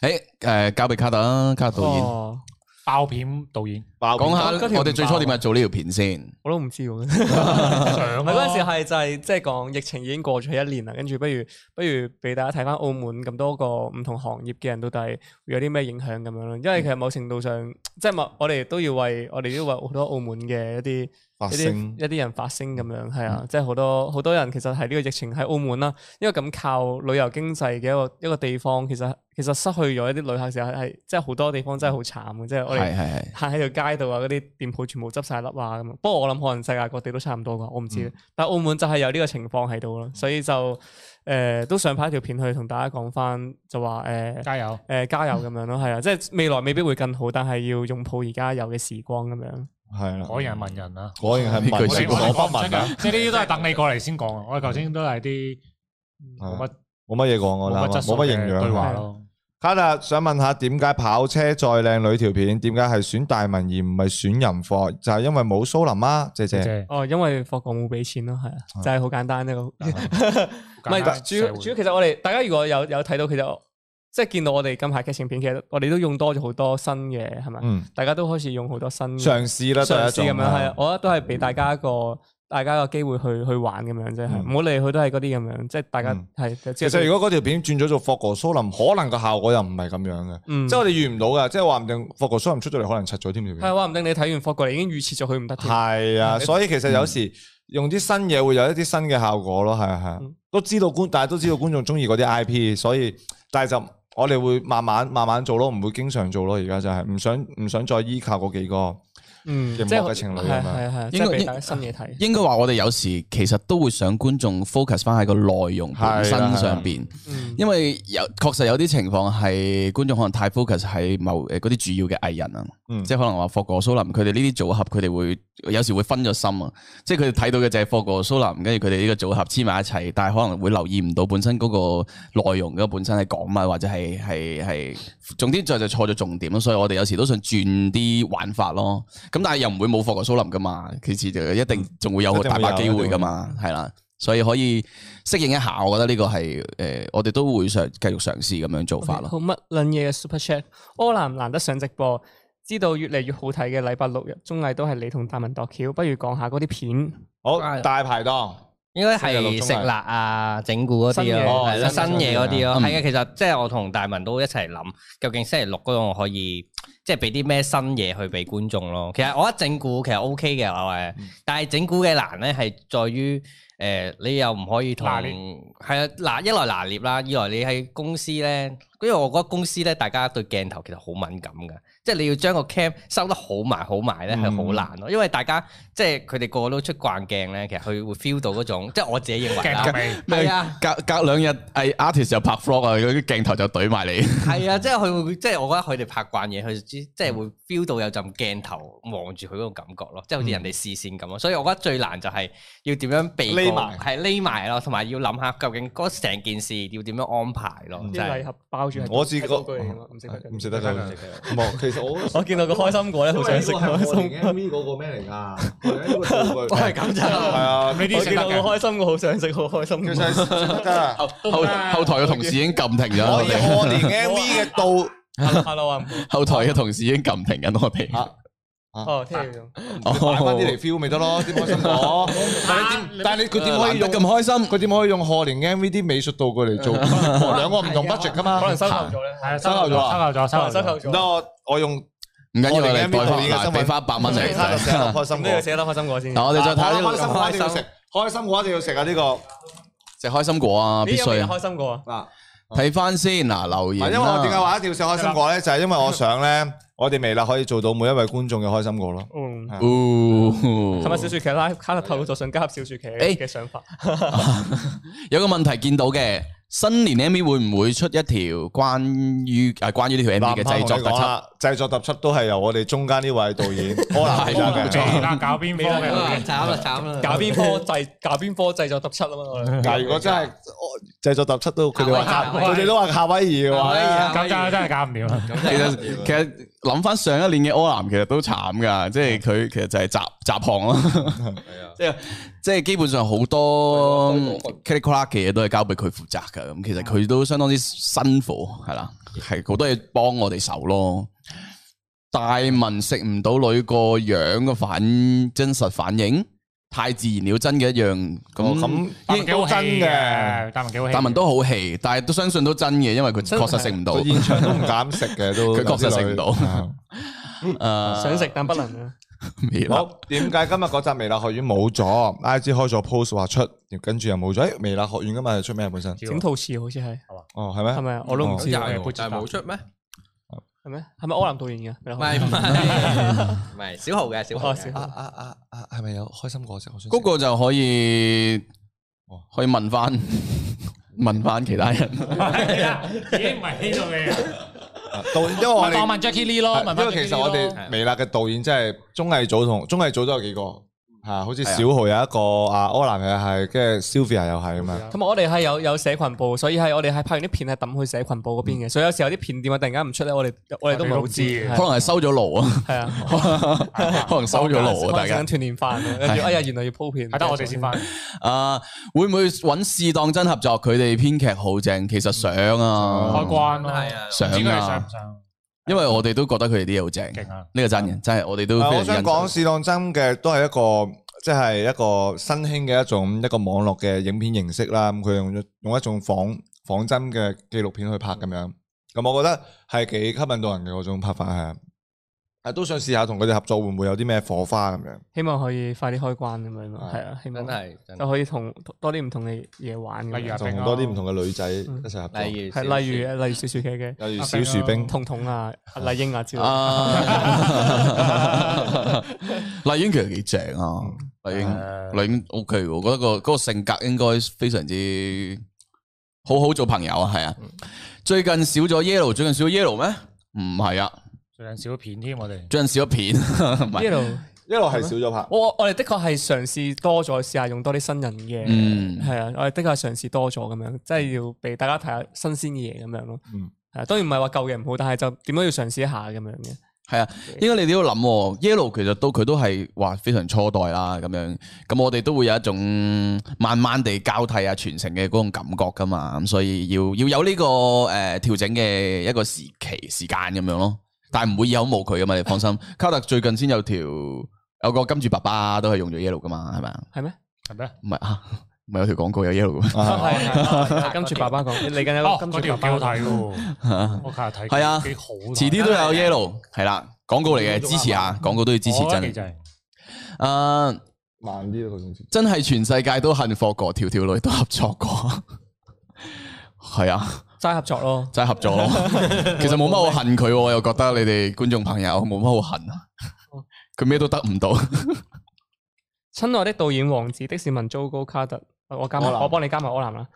诶诶，誒交俾卡特啦，卡特導演。
哦
爆片導演，
爆
講下
嗰條唔
我哋最初點解做呢條片先？
我都唔知喎。
上
啊
唔係嗰陣時係就係即係講疫情已經過咗一年啦，跟住不如不如俾大家睇翻澳門咁多個唔同行業嘅人到底會有啲咩影響咁樣咯。
嗯
因為其實某程度上，即係某我哋都要為我哋都要為好多澳門嘅一啲
發
一
聲嗯
啲一啲人發聲咁樣，係啊，即係好多好多人其實係呢個疫情喺澳門啦，因為咁靠旅遊經濟嘅一個一個地方，其實其實失去咗一啲旅客時候係即係好多地方真係好慘嘅，即係我
係
哋。
係係。
行喺條街度啊，嗰啲店鋪全部執晒笠啊咁。不過我諗可能世界各地都差唔多啩，我唔知。但係澳門就係有呢個情況喺度咯，所以就誒、呃都想拍一條片去同大家講翻，就話誒
加油！
誒加油咁樣咯，係啊，即係未來未必會更好，但係要擁抱而家有嘅時光咁樣。
系啦，
果然係文人啊！
果然係
呢
文
句
我哋
識
所
講
我哋
不
講真
文
㗎
啊，
即係呢啲都係等你過嚟先講啊！我哋頭先都係啲冇乜
冇乜嘢講我啦，
哦冇乜質素
冇乜營
嘅對
養
話
啊。
咯。
卡特想問下，點解跑車再靚女條片，點解係選大文而唔係選淫貨？就係因為冇蘇林啊，姐
即係
姐。
哦，因為霍國冇俾錢咯，係啊，就係好簡單呢個。唔
簡單
係主要
社會
主要其實我哋大家如果有有睇到，其實我即係見到我哋近排嘅情片，其實我哋都用多咗好多新嘅，係咪？
嗯，
大家都開始用好多新嘅
嘗試啦，
嗯嘗
第
試
一
咁樣
種
係啊，我覺得都係俾大家一個大家一個機會去去玩咁樣啫，係
嗯
唔好理佢都係嗰啲咁樣，即係大家
嗯
係就知
其
道
實如果嗰條片轉咗做霍哥蘇林，可能個效果又唔係咁樣嘅，
嗯
即係我哋遇唔到嘅，即係話唔定霍哥蘇林出咗嚟，可能柒咗添條片。
係話唔定你睇完霍過嚟已經預設咗佢唔得添，
係啊，所以其實有時用啲新嘢會有一啲新嘅效果咯，係啊係啊
嗯，
都知道觀，但係都知道觀眾中意嗰啲 IP，所以但係就我哋會慢慢慢慢做咯，唔會經常做咯，而家就係唔想唔想再依靠嗰幾個。
嗯，
熒幕
即係
嘅情侶咁
係
樣
係係，即
應
係
該
俾大家新嘢睇，
應該話我哋有時其實都會想觀眾 focus 翻喺個內容本身
係啦係啦
上邊，
嗯
因為有確實有啲情況係觀眾可能太 focus 喺某呃誒嗰啲主要嘅藝人啊，
嗯
即係可能話霍哥蘇林佢哋呢啲組合，佢哋會有時會分咗心啊，即係佢哋睇到嘅就係霍哥蘇林，跟住佢哋呢個組合黐埋一齊，但係可能會留意唔到本身嗰個內容嘅本身係講乜，或者係係係，總之就就錯咗重點咯。所以我哋有時都想轉啲玩法咯，咁但係又唔會冇霍哥蘇林噶嘛，其次就嗯一定仲會有大把機會噶嘛，係啦。所以可以適應一下，我覺得呢個係誒、呃我哋都會嘗繼續嘗試咁樣做法咯。
好乜撚嘢嘅 Super Chat，柯南難得上直播，知道越嚟越好睇嘅禮拜六日綜藝都係你同大文度橋，不如講下嗰啲片，
好大排檔，
應該
星期六中
係
午
食辣啊、整蠱嗰
新
啲
嘢
咯，
哦
係啦
新
新
嘢
嘢嗰啲咯。
嗯
係嘅，其實即係我同大文都一齊諗，究竟星期六嗰度我可以即係俾啲咩新嘢去俾觀眾咯。其實我覺得整蠱其實 O K 嘅，我誒，但係整蠱嘅難咧係在於誒，你又唔可以同
拿捏
係啊拿一來拿捏啦，二來你喺公司咧，因為我覺得公司咧大家對鏡頭其實好敏感嘅，即係你要將個 cam 收得好埋好埋咧係好難咯，因為大家。即係佢哋個個都出慣鏡咧，其實佢會 feel 到嗰種， 即係我自己認為
鏡
啦
頭。味
係啊，
隔隔兩日，誒 artist 又拍 vlog 啊，嗰啲鏡頭就懟埋你。
係啊，即係佢會，即係我覺得佢哋拍慣嘢，佢知即係會 feel 到有陣鏡頭望住佢嗰種感覺咯，即係好似人哋視線咁咯。所以我覺得最難就係要點樣避過
匿埋
係匿埋咯，同埋要諗下究竟嗰成件事要點樣安排咯。
啲
真係
禮盒包住係
嗯我試過
係道具嚟㗎嘛唔識得㗎
唔食得佢。冇，其實我
我見到個開心果咧，好想食開心。
MV 嗰個咩嚟㗎？ 我
係咁咋
係啊，
呢啲
我
食
見
得
到個
嘅，
開心果，好想食，好開心
其
果。
實係食得㗎。
後後台嘅同事已經撳停咗
我
我哋，
以我連 MV 嘅度
Hello 啊，
後台嘅同事已經撳停緊我哋。
啊
哦，聽住用。
哦
擺翻啲嚟 feel 咪得咯，啲開心 果。但係你佢點可以用
難得咁開心？
佢點可以用賀年 MV 啲美術道具 嚟做兩個唔同 budget 噶嘛？
可能
唔
收購咗咧，
係啊
係
收
購
購
咗啊
咗，收購咗，
收購
購咗。
咗。
得我我用
唔緊要，我哋代
我哋嘅 MV
翻，
導演嘅身份
俾翻一百蚊嚟。
卡特寫落開心
咁
果
都要。寫得開心果先。
嗱，我哋再睇
開心
呢
果一定要食，開心果一定要食啊！呢個
個食開心果啊，必
呢有
須
未
啊
開心果啊？
嗱，
睇翻先嗱，留
因
言
為我點解
啦。
話一定要食開心果咧？就係因為我想咧， 我哋微辣可以做到每一位觀眾嘅開心果咯。
嗯，
哦
係咪小雪騎拉卡特透露咗想加入小雪騎
誒
嘅想法？
有個問題見到嘅，新年 MV 會唔會出一條關於啊關於呢條 MV 嘅製作特
講啊
輯？
啦，製作特輯都係由我哋中間呢位導 演柯南負責嘅。
未啦，搞邊科嘅？
啊慘啦慘啦！
搞邊科製？搞邊科製作特輯啊嘛我 哋？
嗱，如果真係哦製作特輯都佢哋話
夏
威夷
佢哋都話夏威夷嘅話
夏威夷
咧
啊，
咁就真係搞唔掂啊啦。
其實其實諗翻上一年嘅柯南，其實都慘噶，即係佢其實就係集集行咯， 即係即係基本上好多 c r i t i c a 嘅嘢都係交俾佢負責噶，咁其實佢都相當之辛苦，係啦，係好多嘢幫我哋手咯。大文食唔到女個樣嘅反真實反應，太自然了，真嘅一樣
哦
咁。
咁
大
應
文幾好戲
真嘅，
嘅，大文幾好戲。
大文都好氣，但係都相信都真嘅，因為佢確實食唔到。
佢現場都唔敢食嘅，都
佢確實食唔到
啊
誒，
想食但不能啊！
未啦
好，點解今日嗰集微辣學院冇咗？IG 開咗 post 話出，跟住又冇咗。誒，微辣學院今日係出咩啊本身？
叫
整套翅好似係
哦，係咩？
係咪啊？我都唔
哦
知
知
係
啊
有，但係冇出咩？
咩？係咪柯南導演嘅？
唔係唔 係唔係小豪嘅小豪
哦
嘅
小
啊啊啊啊！係咪有開心果食？我想食
嗰個就可以
哦
可以問翻問翻其他人。
係啦已經唔係呢度嘅人。
啊導演，因為我
問
哋
問 Jackie Lee 咯，啊問
係因為其實我
咯
哋微辣嘅導演真係綜藝組同綜藝組都有幾個嚇，好似小豪有一個，啊柯南又係，跟住 Sylvia 又係咁樣。
同埋我哋係有有社群部，所以係我哋係拍完啲片係抌去社群部嗰邊嘅，所以有時候啲片點解突然間唔出咧，我哋我哋都唔係
我哋都
好知
唔知
嘅，
可能係收咗爐啊，
係 啊，
可能收咗爐啊，大家
想。團年飯啊，跟住哎呀原來要鋪片，
係得我哋先翻。
啊，會唔會揾試當真合作？佢哋編劇好正，其實想
開
啊，
關咯，
係啊
唔知佢哋上唔上
因為我哋都覺得佢哋啲嘢好正。
勁啊！
呢個真嘅，真係我哋都
啊
非
我
常欣
想講
賞。
試當真嘅都係一個即係一個新興嘅一種一個網絡嘅影片形式啦。咁佢用咗用一種仿仿真嘅紀錄片去拍咁樣，咁我覺得係幾吸引到人嘅嗰種拍法係啊。啊，都想試下同佢哋合作，會唔會有啲咩火花咁樣？
希望可以快啲開關咁樣咯，
係
係啊，希
真
望
係真
就可以同多啲唔同嘅嘢玩咁樣，
例如啊
就同多啲唔同嘅女仔一齊合作，
係，例如
係例如例如小雪茄嘅
如例如小樹冰，
彤彤啊、阿麗英啊之類，
啊，麗英其實幾正啊，麗英
誒
麗英 OK 喎，我覺得個嗰個性格應該非常之好好做朋友啊，係啊。最近少咗 Yellow，最近少咗 Yellow 咩？唔係啊，
最近少片添，我哋
最近少咗片， 唔係
一路。
一路係少咗拍。
我我哋的確係嘗試多咗，試下用多啲新人嘅，
嗯
係啊、我哋的確係嘗試多咗咁樣，即係要俾大家睇下新鮮嘅嘢咁樣咯。
嗯
係啊，當然唔係話舊嘅唔好，但係就點都要嘗試一下咁樣嘅。
係啊，應該你哋都諗喎，Yellow 其實都佢都係話非常初代啦，咁樣，咁我哋都會有一種慢慢地交替啊傳承嘅嗰種感覺噶嘛，咁所以要要有呢、個誒、呃、調整嘅一個時期時間咁樣咯，但係唔會有無佢噶嘛，你放 心。卡特最近先有條有個金主爸爸都係用咗 Yellow 噶嘛，係咪啊？
係咩？哦
係咩？
唔係啊，唔係有條廣告有 Yellow 嘅咩？
係
啊
係係跟 住爸爸講，你嚟緊
哦，
有個
嗰
跟住
條幾
爸
好
爸
睇 喎，我睇下睇
係啊
幾好睇，
遲啲都有 Yellow 係啊啦，廣告嚟嘅支持下，廣告都要支持
我覺得
真啊
幾。正
誒、
慢啲咯，佢先。
真係全世界都幸福過，條條女都合作過。係啊，
齋合作咯。
真係合作咯。其實冇乜好恨佢喎，我又覺得你哋觀眾朋友冇乜好恨啊。佢咩都得唔到，
親愛的導演王子的士文糟糕卡特，呃我加埋
柯南
我幫你加埋柯南啦。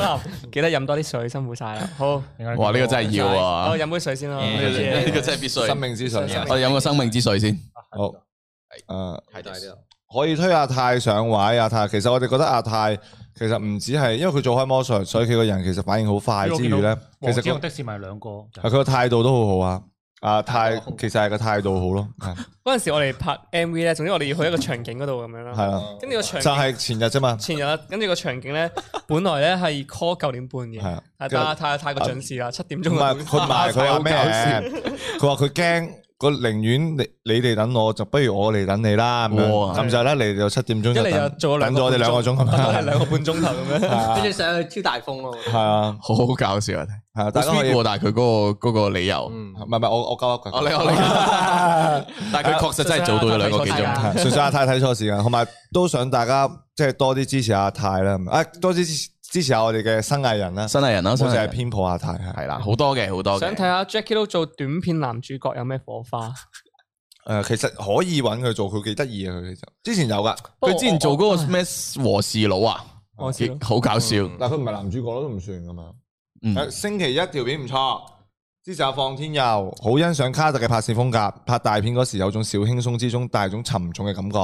南記得飲多啲水，辛苦晒啦。好，
應該
哇！呢個真係要啊
我，飲杯水先啦。
嗯
多 謝
呢個真係必須。
生命之水，
生命
我哋飲個生命之水先。
好。啊誒，
係就係呢度
可以推阿泰上位。阿泰，其實我哋覺得阿泰其實唔止係，因為佢做開魔術，所以佢個人其實反應好快之餘咧，其
黃
實
子
佢啊
雄的士咪兩個，
佢個態度都好好啊。阿泰其實係個態度好咯，
嗰陣時我哋拍 MV 咧，總之我哋要去一個場景嗰度咁樣啦。
係啦，
跟住個場
就
景
係前日啫嘛，
前日跟住個場 景咧，本來咧係 call 九點半
係啊
嘅，但係太太過準時啦，七點鐘
唔
啊
係佢唔係佢話咩？佢話佢驚，佢寧願你你哋等我，就不如我嚟等你啦咁樣。
哇
咁就咧嚟到七點鐘
一
就
嚟就
等
做咗兩
等
個
咗我哋兩個鐘咁
等咗我哋
樣。啊
兩個半鐘頭咁 樣。
À.
跟住上去超大風咯，
係啊，
好好搞笑啊！睇
係啊，大
好
家可以
sweet 喎，但哦係佢嗰個嗰個理由，
嗯，
唔係唔係，我我交一句。
我理我理，但係佢確實真係做到咗兩個幾
啊
鐘。
係純粹阿泰睇錯時間，同埋都想大家即係多啲支持阿泰啦，啊多啲支持支持下我哋嘅新藝人啦，
新藝人啦，
好
新
似
藝
係
人
偏頗阿泰係
係啦，好多嘅好多
想睇
嘅。
下 Jackie 都做短片男主角有咩火花？
誒，其實可以揾佢做，佢幾得意啊！佢其實之前有噶，
佢之前做嗰個咩和事佬啊，
我知道
好搞笑。
但佢唔係男主角咯，都唔算噶嘛。
嗯
誒星期一條片唔錯，支持阿放天佑，好欣賞卡特嘅拍攝風格。拍大片嗰時有種小輕鬆之中帶種沉重嘅感覺，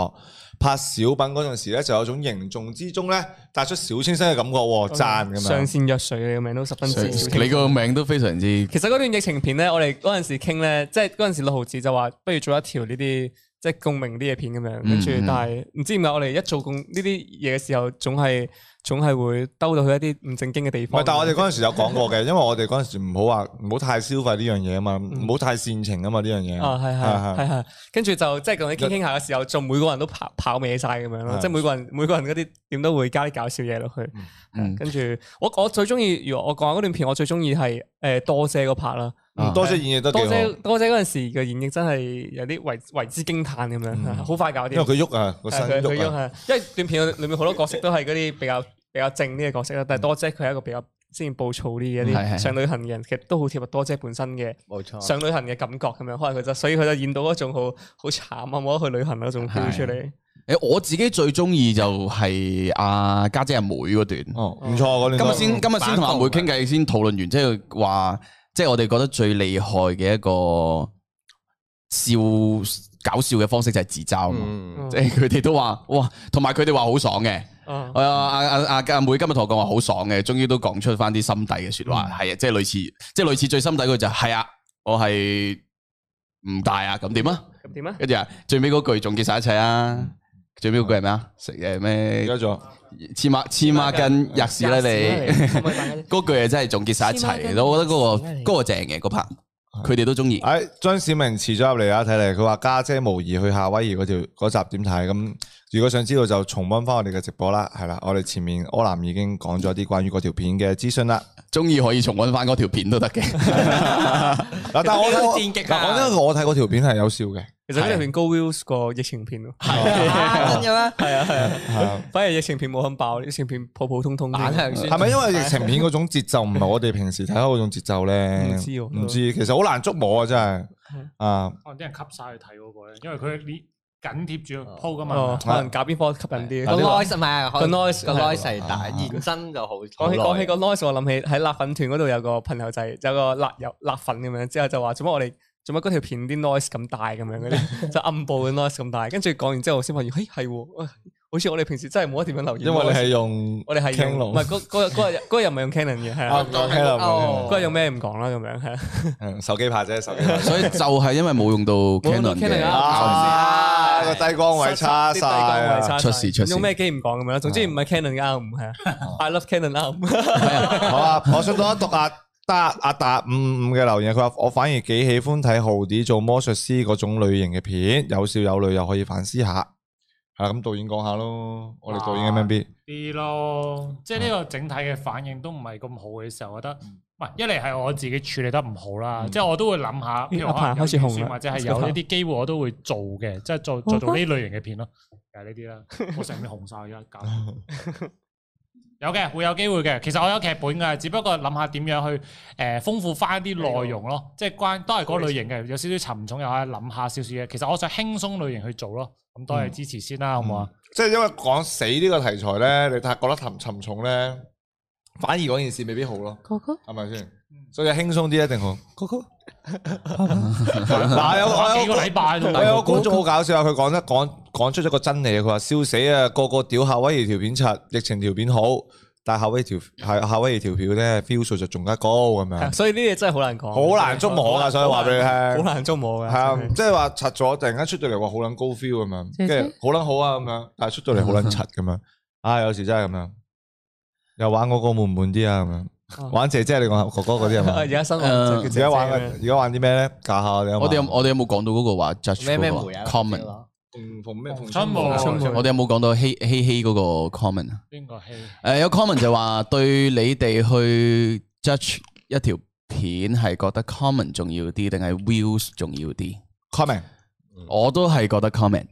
拍小品嗰陣時咧就有種凝重之中咧帶出小清新嘅感覺
哦
喎，讚咁
上
樣。
線藥水你個名都十分之小清
你個名都非常之
其實嗰段疫情片咧，我哋嗰陣時傾咧，即係嗰陣時六毫子就話，不如做一條呢啲即係共鳴啲嘅片咁樣，跟住
嗯嗯
但係唔知點解我哋一做共呢啲嘢嘅時候，總係總係會兜到去一啲唔正經嘅地
唔
方。
係，但係我哋嗰陣時有講過嘅，因為我哋嗰陣時唔好話唔好太消費呢樣嘢啊嘛，唔好太煽情啊嘛呢樣嘢。
啊，係係
係
係係，跟住就即係同你傾傾下嘅時候，就每個人都跑跑歪晒咁樣咯，
係
即係每個人每個人嗰啲點都會加啲搞笑嘢落去。啊
嗯
跟住我我最中意，如果我講下嗰段片，我最中意係誒多姐嗰 part 啦。
嗯多謝演繹得幾
多
好，
姐多姐嗰陣時嘅演繹真係有啲為為之驚嘆咁樣， 好快搞掂。
因為佢喐啊個
係
身
佢佢
喐啊，
喐係，因為段片裏面好多角色都係嗰啲比較比較正啲嘅角色啦，但係多姐佢係一個比較之前暴躁啲嘅一
係係
啲上旅行嘅人，其實都好貼合多姐本身嘅。
冇錯
上旅行嘅感覺咁樣，可能佢就所以佢就演到嗰種好好慘啊，冇得去旅行嗰種 feel 出嚟。
诶，我自己最中意就係阿家姐阿妹嗰段。
哦唔錯嗰
今日
段。
先今日先同阿妹傾偈，先討論完，即係話，即係我哋覺得最厲害嘅一個笑搞笑嘅方式就係自嘲啊嘛。
哦
嗯
即係佢哋都話哇，同埋佢哋話好爽嘅。哎
嗯
我阿阿阿阿妹今日同我講話好爽嘅，終於都講出翻啲心底嘅说話，係啊、即係類似，即係類似最心底嗰句就係係啊，我係唔大啊，咁點啊？
咁點啊？
跟住啊，最尾嗰句總結晒一切啊！最尾嗰句係咩啊？食誒
而家
咩？
咗，
黐孖黐孖筋，吔屎啦
吔
你！
屎啦你
嗰句係真係總結晒一
黐孖
切，
筋
我覺得嗰
吔屎
個
啦你
嗰個正嘅嗰 part，佢哋都中意。
哎，張小明遲咗入嚟啊！睇嚟佢話家姐無疑去夏威夷嗰條嗰集點睇？咁如果想知道就重温翻我哋嘅直播啦，係啦，我哋前面柯南已經講咗啲關於嗰條片嘅資訊啦。
中意可以重温翻嗰條片都得嘅。
嗱，但係我
有
我
啲戰
嗱
績啊
講真，我睇嗰條片係有笑嘅，
其實呢條片高 views 過疫情片咯，
À,
真嘅咩？
係啊係啊，
係啊。
反而疫情片冇咁爆，疫情片普普通通啲。
眼向
係
酸，
咪因為疫情片嗰種節奏唔係我哋平時睇開嗰種節奏咧？
唔知啊嗯喎
唔知，其實好難捉摸啊，真係啊！
可能啲人吸晒去睇嗰個咧，因為佢連緊貼住個鋪噶
哦
嘛，。
可
啊
能搞邊科吸引
個
啲。
noise 唔係
個 noise
個 noise 係大，延伸就好。
講起
好
講
耐
起個 noise，我諗起喺辣粉團嗰度有個朋友仔，有個辣油辣粉咁樣，之後就話做乜我哋做乜嗰條片啲 noise 咁大咁樣嗰 啲，就暗部嘅 noise 咁大。跟住講完之後，我先發現，嘿係喎，哎好似我哋平時真係冇乜點樣留意 noise。
因為你係用
我哋係用
Canon
唔係嗰嗰嗰日嗰日唔係用 Canon 嘅，係
啊，
啊
唔，講 Canon，
哦
唔
嗰日用咩唔講啦，咁樣係啊。
講 Canon 手機牌啫，手機 牌。
所以就係因為冇用到
用到
Canon 嘅
Canon
啊，個低光位差晒啊！
出事出事哦
用咩機唔講咁樣啦，總之唔係 Canon 嘅 R 五係啊，I love Canon R 五。
好啊，我想讀一讀阿達阿達五五嘅留言，佢話我反而幾喜歡睇豪迪做魔術師嗰種類型嘅片，有笑有淚，又可以反思下。係啦，咁導演講下咯，我哋導
啊
演 M B
啲咯，即係呢
嗯
個整體嘅反應都唔係咁好嘅時候，我覺得唔係一嚟係我自己處理得唔好啦，
嗯
即係我都會諗下，譬如
阿
可能
鵬開始哦
有
紅
預算
啦
或者係
阿鵬
有一啲機會我都會做嘅，即係做做到呢類型嘅片咯，就係呢 啲啦。我成面紅晒而家搞，有嘅會有機會嘅。其實我有劇本㗎，只不過諗下點樣去誒豐富翻啲內容咯，即係關都係嗰類型嘅，有少少沉重又係諗下少少嘢。其實我想輕鬆類型去做咯，咁多
嗯
謝支持先啦，好唔好啊？
嗯即係因為講死呢個題材咧，你太覺得沉沉重咧，反而嗰件事未必好咯，係咪先？
嗯
所以輕鬆啲啊一定好。嗱，有我有
幾個禮拜都
我有個觀眾好搞笑啊！佢講得講講出咗個真理，佢話笑死啊！個個屌夏威夷條片柒，疫情條片好，但夏威夷條夏夏威夷條片咧 feel 數就仲加高咁
啊
樣，
啊所以呢啲嘢真係好難講，
啊好難捉摸㗎所以話俾你聽
好難捉摸㗎。
係啊
真係，
即係話柒咗，突然間出到嚟話好撚高 feel 咁 樣，跟住好撚好啊咁樣，但係出到嚟好撚柒咁樣，啊有時真係咁樣，又玩嗰個悶唔悶啲啊咁樣，
哦
玩姐姐你講哥哥嗰啲係
而
咪？
家新聞就叫
而
姐姐
家玩啊
咁樣
而家玩啲咩咧？教下我哋啊嘛
我哋有我哋有冇講到嗰個話 judge
咩咩
嗰
梅
個
啊
comment？
逢逢咩
春
逢春
夢
春夢
我哋有冇講到希希希嗰個 comment 啊？
邊個戲？
誒有 comment 就話對你哋去 judge 一條片係覺得 comment 重要啲定係 views 重要啲？
comment
嗯
我都係覺得 comment。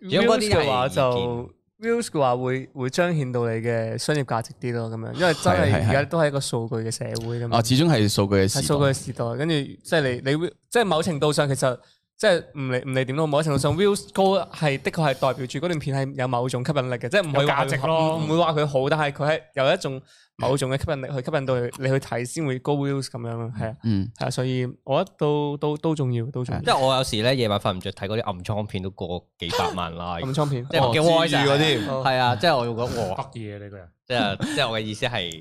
如果嗰
Views
啲
嘅話
係
就 views 嘅話會會彰顯到你嘅商業價值啲咯，咁樣，因為真
係係
係
係
而家都係一個數據嘅社會咁
哦
啊，
樣，
始終係數據嘅
嗯係
時
數據
代。
嘅時代，跟住即係你你 view- 即係某程度上其實即係唔理唔理點都好，某程度上 views 高係的確係代表住嗰段片係有某種吸引力嘅，即係唔會
有
話
價值咯
佢唔唔會話佢好，但係佢係有一種某種嘅吸引力去吸引到你去睇先會高 views 咁樣咯，係啊
嗯，
係啊，所以我覺得都都都重要，都重
即
要，
係我有時咧夜晚瞓唔着睇嗰啲暗瘡片都過幾百萬啦，
暗瘡片
即。
à.
係唔叫
Ờ.
voice
治癒嗰啲
係啊，即係我會覺得哇，
北嘢你個人，
即係即係我嘅意思係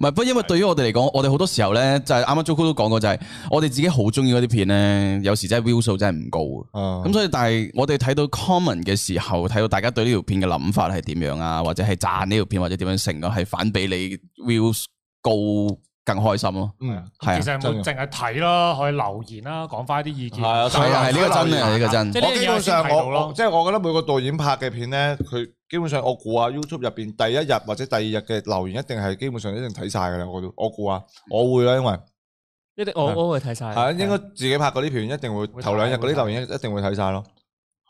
唔係，不過因為對於我哋嚟講，我哋好多時候咧，就係啱啱 Jojo 都講過，就係我哋自己好中意嗰啲片咧，有時真係 view 數真係唔高嘅
啊
嗯
咁所以，但係我哋睇到 comment 嘅時候，睇到大家對呢條片嘅諗法係點樣啊，或者係讚呢條片，或者點樣成啊嘅，係反比你 views 高更開心咯。
嗯，
係啊
其，實有冇淨係睇啦，可以留言啦，講翻啲意見。
係啊所以
係啊，係呢個真
留言
嘅，呢個真。
即係呢
我
樣
基
嘢
本
我先
上
睇到
我
咯
我。即係我覺得每個導演拍嘅片咧，佢基本上我估啊 YouTube 入邊第一日或者第二日嘅留言一定係基本上一定睇晒㗎啦，我都我估啊，我會啦，因為
一定我我會睇晒。
係啊應該自己拍嗰啲片一定會
會睇
頭兩日嗰啲留言一定會睇晒咯，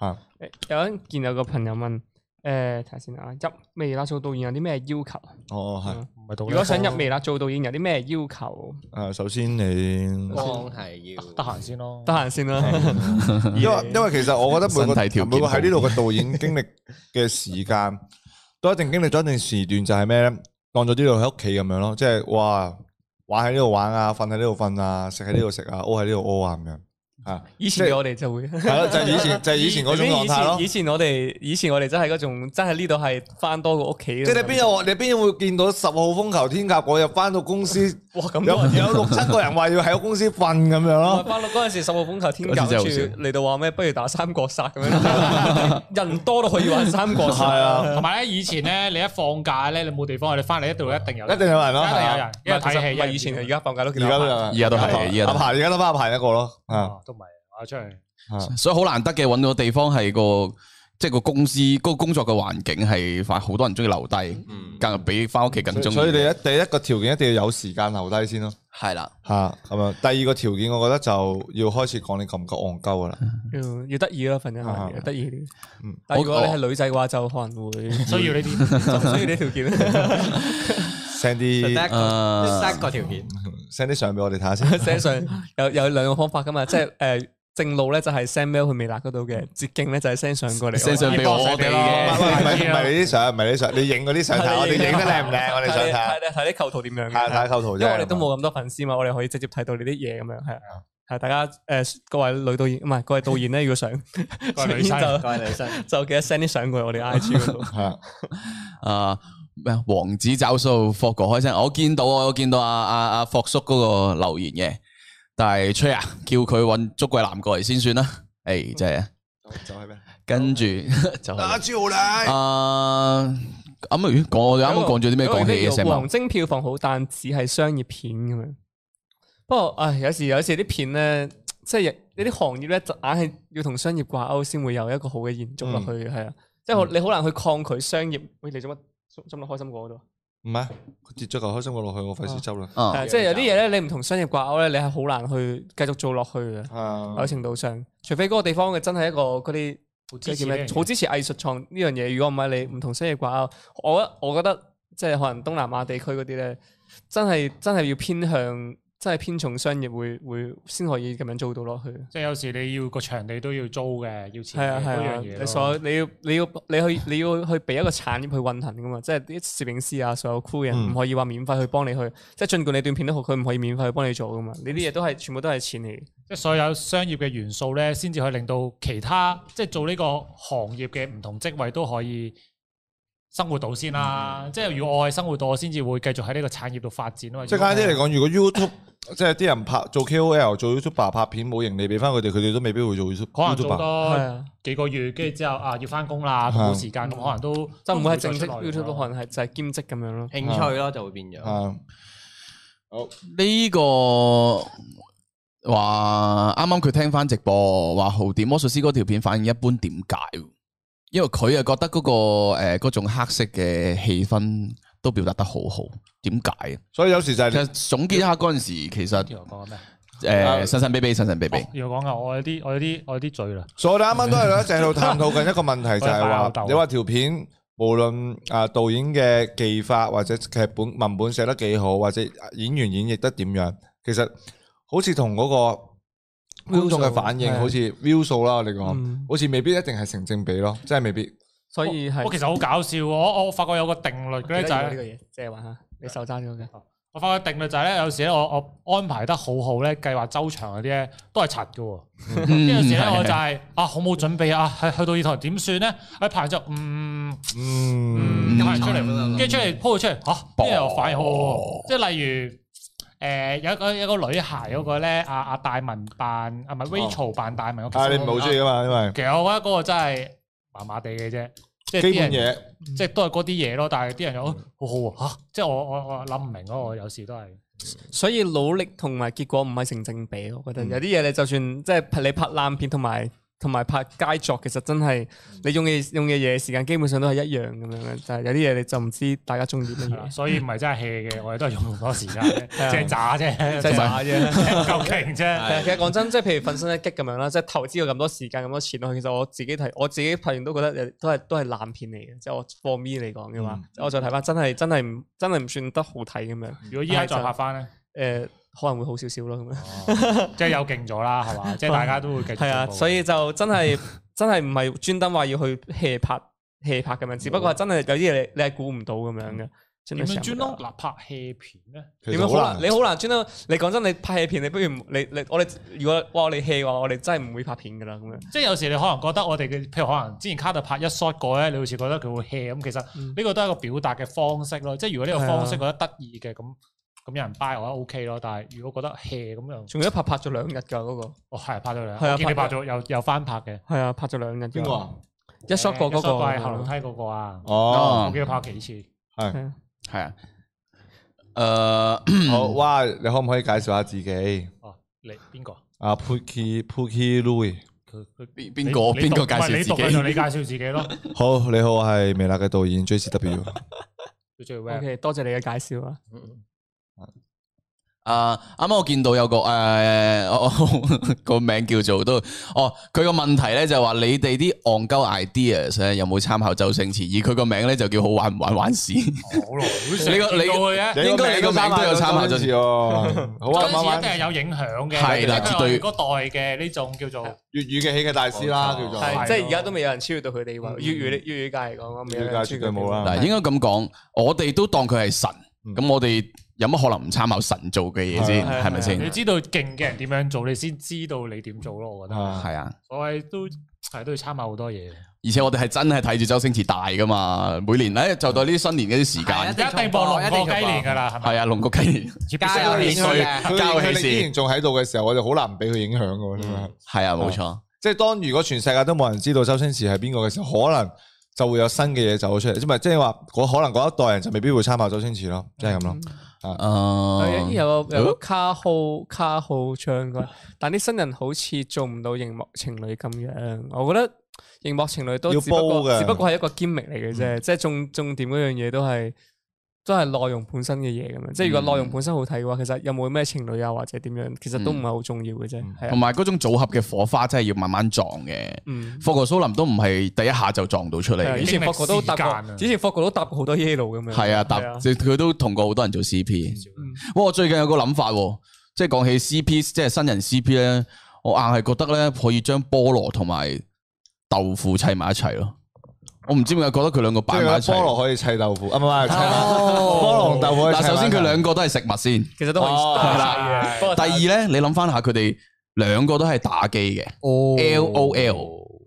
嚇
有一見有個朋友問，誒睇下先啊，入微辣做導演有啲咩要求？
哦係。
唔係到
如
呢
果想
個
入微辣做導演有啲咩要求？
诶，首先你，
光係要
得閒先咯。
得閒先啦。
因為因为其實我覺得每個
身體條件
每個喺呢度嘅導演經歷嘅時間，都一定經歷咗一段時段，就係咩咧？當咗呢度喺屋企咁樣咯，即係哇，玩喺呢度玩啊，瞓喺呢度瞓啊，食喺呢度食啊，屙喺呢度屙啊咁樣，啊，
以前嘅我哋就會。
系咯，就係以前就係以前嗰種狀態咯
以前以。前我哋以前我哋真係嗰種，真係呢度係翻多過屋企。
即係你邊？有你邊會見到十號風球天鴿嗰日翻到公司，
哇咁啊
有
多人。
有六七個人話要喺公司瞓咁樣
我
咯。
翻到嗰陣時十號風球天
嗰次
鴿，
真係
跟
好
住
笑
嚟到話咩？不如打三國殺咁樣， 人多到可以玩三國殺。
係啊，
同埋咧，以前咧，你一放假咧，你冇地方，你翻嚟一度一定有，
一定有人咯，
一定有
係啊
人，因
因為
為睇
睇戲，
戲
因為以前而家放假都見
而家
到
都有
人。
人，
而家都係而家都係
阿排而家都翻排一個咯，啊。
啊都唔係啊，出嚟。
所以好難得嘅揾到地方係個即係個公司嗰個工作嘅環境係反好多人中意留低，更比翻屋企更中意。
所以你一第一個條件一定要有時間留低先咯，
係啦，
吓咁樣。第二個條件，我覺得就要開始講你夠唔夠戇鳩噶啦。
要要得意咯，瞓一下
啊
要得意啲
嗯。
但如果
我
你係女仔嘅話，就可 能會
需要呢啲。
就唔需要呢條件。
send 啲
Ờ. 誒
得個條件，
send 啲相俾我哋睇下先。
send 上有有兩個方法噶嘛，即係誒正路咧就係 send mail 去微辣嗰度嘅，捷徑咧就係 send 上過嚟。
send 上俾我哋
唔
嘅
係唔係 唔係你啲相，唔係你啲相，你影嗰啲相睇下，我哋影得靚唔靚？我哋想睇下
睇，睇睇啲構圖點樣
睇下
嘅，
構圖啫。
因為我哋都冇咁多粉絲嘛，我哋可以直接睇到你啲嘢咁樣係啊。係大家誒各位女導演唔係各位導演咧，如果想
各位女生
就
各位女生。
就記得 send 啲相過嚟我哋 I G 嗰度。
係啊。
啊咩啊王子找數霍哥開聲，我見到啊我見到阿阿阿霍叔嗰個留言嘅，但係吹啊，叫佢揾祝桂南過嚟先算啦。誒，真係啊，
就係咩？
跟住就係啦
招你
啊咁如講我哋啱啱講咗啲咩講起嘅啊成
黃晶票房好，但只係商業片咁樣。不過，唉，有時有時啲片咧，即係有啲行業咧，就硬係要同商業掛鈎，先會有一個好嘅延續落去，係啊、即係好你好難去抗拒商業。喂，你做乜做乜開心果嗰度？
唔係，佢跌咗嚿開心果落去，我費事執啦。
啊
係即係有啲嘢咧，你唔同商業掛鈎咧，你係好難去繼續做落去嘅。
啊
某程度上，除非嗰個地方嘅真係一個嗰啲
支持
即係叫咩
呢樣嘢
好支持藝術創呢樣嘢。如果唔係你唔同商業掛鈎，我我覺得即係可能東南亞地區嗰啲咧，真係真係要偏向，真係偏重商業會會先可以咁樣做到落去。
即係有時你要個場地都要租嘅，要錢
係啊
嘅
係
嗰樣
啊，
嘢咯。
你所有你要你要你去你要去俾一個產業去運行噶嘛，即係啲攝影師啊，所有 crew 人
嗯
唔可以話免費去幫你去，即係儘管你段片都好，佢唔可以免費去幫你做噶嘛。你啲嘢都係全部都係錢嚟嘅。
即係所有商業嘅元素咧，先至可以令到其他即係做呢個行業嘅唔同職位都可以生活到先啦。
嗯
即係如果我係生活到，我先至會繼續喺呢個產業度發展啊嘛。
即係簡單啲嚟講，如果 YouTube 即係啲人拍做 KOL 做 YouTuber 拍片冇盈利俾翻佢哋，佢哋都未必會做 YouTube。
可能做
係
多
啊。
幾個月，跟住之後啊要翻工啦，咁冇時間，咁可能都
就唔會係
都
正
會再
式
出內容
YouTube，
咯哦
可能係就係兼職咁樣咯。
興趣咯就會變咗。
啊。
呢個話啱啱佢聽翻直播話豪點魔術師嗰條片反應一般，點解？因為佢又覺得嗰、個呃誒嗰、種黑色嘅氣氛都表達得好好，點解？啊
所以有時就係
其實總結一下嗰陣時，其實呃
條講緊咩？
誒神神秘秘，神神秘秘
哦，要講啊！我有啲我有啲我有啲醉啦，
所以我哋啱啱都係一直喺度探討緊一個問題，就係
我哋打
話
鬥
你話條片無論啊導演嘅技法或者劇本文本寫得幾好，或者演員演繹得點樣，其實好似同嗰個觀眾嘅反應
View 數
好似 view 數啦，我哋講
嗯
好似未必一定係成正比咯，真係未必。
所以係
哦我其實好搞笑喎，我我發覺有個定律咧，就係
呢個嘢，借玩下，你手揸咗嘅。
我我發覺定律就係咧，有時咧我我安排得好好咧，計劃周詳嗰啲咧都係柒嘅喎。跟
嗯
住有時咧我 就係、啊好冇準備啊，去去到呢台點算咧？喺排就嗯
嗯，
嗯，排出嚟，跟住出嚟 po 出嚟嚇，呢又反應好好喎，即係例如。誒、有一個有一個女孩嗰個咧，阿、阿、大文扮啊唔係 Rachel 扮大文嗰個，
哦但系你唔係好中意噶嘛，因為
其實我覺得嗰個真係麻麻地嘅啫，即係
基
啲人
本嘢嗯
即係都係嗰啲嘢咯。但係啲人又哦好好啊，嚇即係我我我諗唔明咯。我有時都係
所以努力同埋結果唔係成正比，我
嗯
覺得有啲嘢你就算即係拍你拍爛片同埋同埋拍佳作，其實真係
嗯
你用嘅用嘅嘢時間基本上都係一樣咁樣嘅，但係有啲嘢你就唔知大家中意乜
嗯
係啦
嘢，
所以唔係真係 hea 嘅，我哋都係用好多時間，
啊
即係渣 啫，
即係渣啫。
唔夠勁啫。
其實講真，即係譬如瞓身一擊咁樣啦，即係投資咗咁多時間、咁多錢落去，其實我自己睇，我自己拍完都覺得呃都係都係爛片嚟嘅。即係我 for me 嚟講嘅話，我再睇翻，真係真係唔真係唔算得好睇咁樣。
如果依家再拍翻咧，
誒，可能會好少少咯咁樣。
即係有勁咗啦，係 嘛？即係大家都會繼續進步。
哦係啊，所以就真係真係唔係專登話要去 hea 拍 hea 拍咁樣，只不過係真係有啲嘢你你係估唔到咁樣嘅。真
點
係
樣啊
想
專
唔到
登嗱拍 hea 片咧？
其
點
實
樣
好
好難？
難
你。好難專登，你講真，你拍戲片，你不如唔你你我哋如果哇我哋 hea 嘅話，我哋真係唔會拍片噶啦咁樣。
即係有時你可能覺得我哋嘅，譬如可能之前卡特拍一 shot 過咧，你好似覺得佢會 hea 咁，其實
嗯
呢個都係一個表達嘅方式咯。即係如果呢個方式覺
啊
得得意嘅，咁咁有人 buy 我覺得 OK 咯。但係如果覺得 hea 咁樣，
仲要一拍拍咗兩日㗎嗰個，
哦係拍咗兩，
係啊
我見你
拍
拍
咗
咗又又翻拍嘅。
係啊，拍咗兩日㗎。
邊個啊？
一 shot 過嗰
一 shot 過係後
個
龍梯，嗰個啊，
哦，
我記得拍咗幾次。
係啊
系啊，诶，
好哇！你可唔可以介紹下自己？啊
哦，你邊個？
阿 Puki Puki Louis，
佢佢
邊邊個邊個介紹自
你讀
己？
你介紹自己咯。
好你好，我係微辣嘅導演 JCW。
佢最 rap
，OK，多謝你嘅介紹啊。
啊，啱啱我見到有個诶，我我個名叫做都，哦，佢個問題咧就係話你哋啲戇鳩 ideas 咧有冇參考周星馳？而佢個名咧就叫好玩唔玩玩事。
好 耐，
你
你
個你
到佢嘅。
應該你個名都有參考
咗
咗
哦。好
嗰
啊，
陣
慢
時一
慢
定係有影響嘅，
係啦
即係
絕對
佢嗰代嘅呢種叫做
粵語嘅喜劇大師啦，叫做
係
係，即係而家都未有人超越到佢哋喎。粵語粵語界嚟講，我未有
嗯
人
粵語界絕對冇啦
超越
嗱，
佢哋
應該咁講，我哋都當佢係神，
嗯
咁我哋有乜可能唔參考神做嘅嘢先？
係啊
係咪
你
先？
知道勁嘅人點樣做，你先知道你點做咯。我覺得，
啊
係啊。
我係都係都要參考好多嘢。
而且我哋係真係睇住周星馳大噶嘛，每年咧就到呢啲新年嗰啲時
係
間
啊，
一定播龍過雞年㗎啦，係咪？
係啊，龍谷雞年，
加油
年
年
歲
嘅
佢
交
佢
起
哋依然
事，
仲喺度嘅時候，我哋好難唔俾佢影響嘅喎真係。
係啊，冇錯，
即係當如果全世界都冇人知道周星馳係邊個嘅時候，可能就會有新嘅嘢走出嚟，即係即係話，我可能嗰一代人就未必會參考周星馳咯，
嗯
即係咁咯。
哦
啊
哦
係
誒，
有個有個
嗯
卡號卡號唱嘅，但啲新人好似做唔到熒幕情侶咁樣。我覺得熒幕情侶都
要
只不
煲嘅嗯
過只不過係一個 gimmick 嚟嘅啫，即係重重點嗰樣嘢都係都係內容本身嘅嘢咁樣。即
嗯
係如果內容本身好睇嘅話，其實有冇咩情侶啊或者點樣，其
嗯
實都唔係好重要嘅啫。
同
係啊，
埋嗰種組合嘅火花真係要慢慢撞嘅。
嗯。
霍格蘇林都唔係第一下就撞到出嚟
係啊以
嘅，
前霍國都搭
經歷時間
過
啊，
以前霍國都搭過好多 yellow 咁樣。
係啊，搭
係啊
即係佢都同過好多人做 CP。
嗯
哇，我最近有個諗法喎，即係講起 CP，即係新人 CP 咧，我硬係覺得咧可以將菠蘿同埋豆腐砌埋一齊咯。我唔知點解覺得佢兩個
即
擺
係
埋一
菠
齊。哦
蘿可以砌豆腐，啊唔係唔係砌菠蘿豆腐可以砌埋一齊。
嗱，首先佢兩個都係食物先，
其實都可以
Ờ.
哦
搭
係
晒
啊
嘅。不過
第二咧，你諗翻下佢哋兩個都係打機嘅，L O L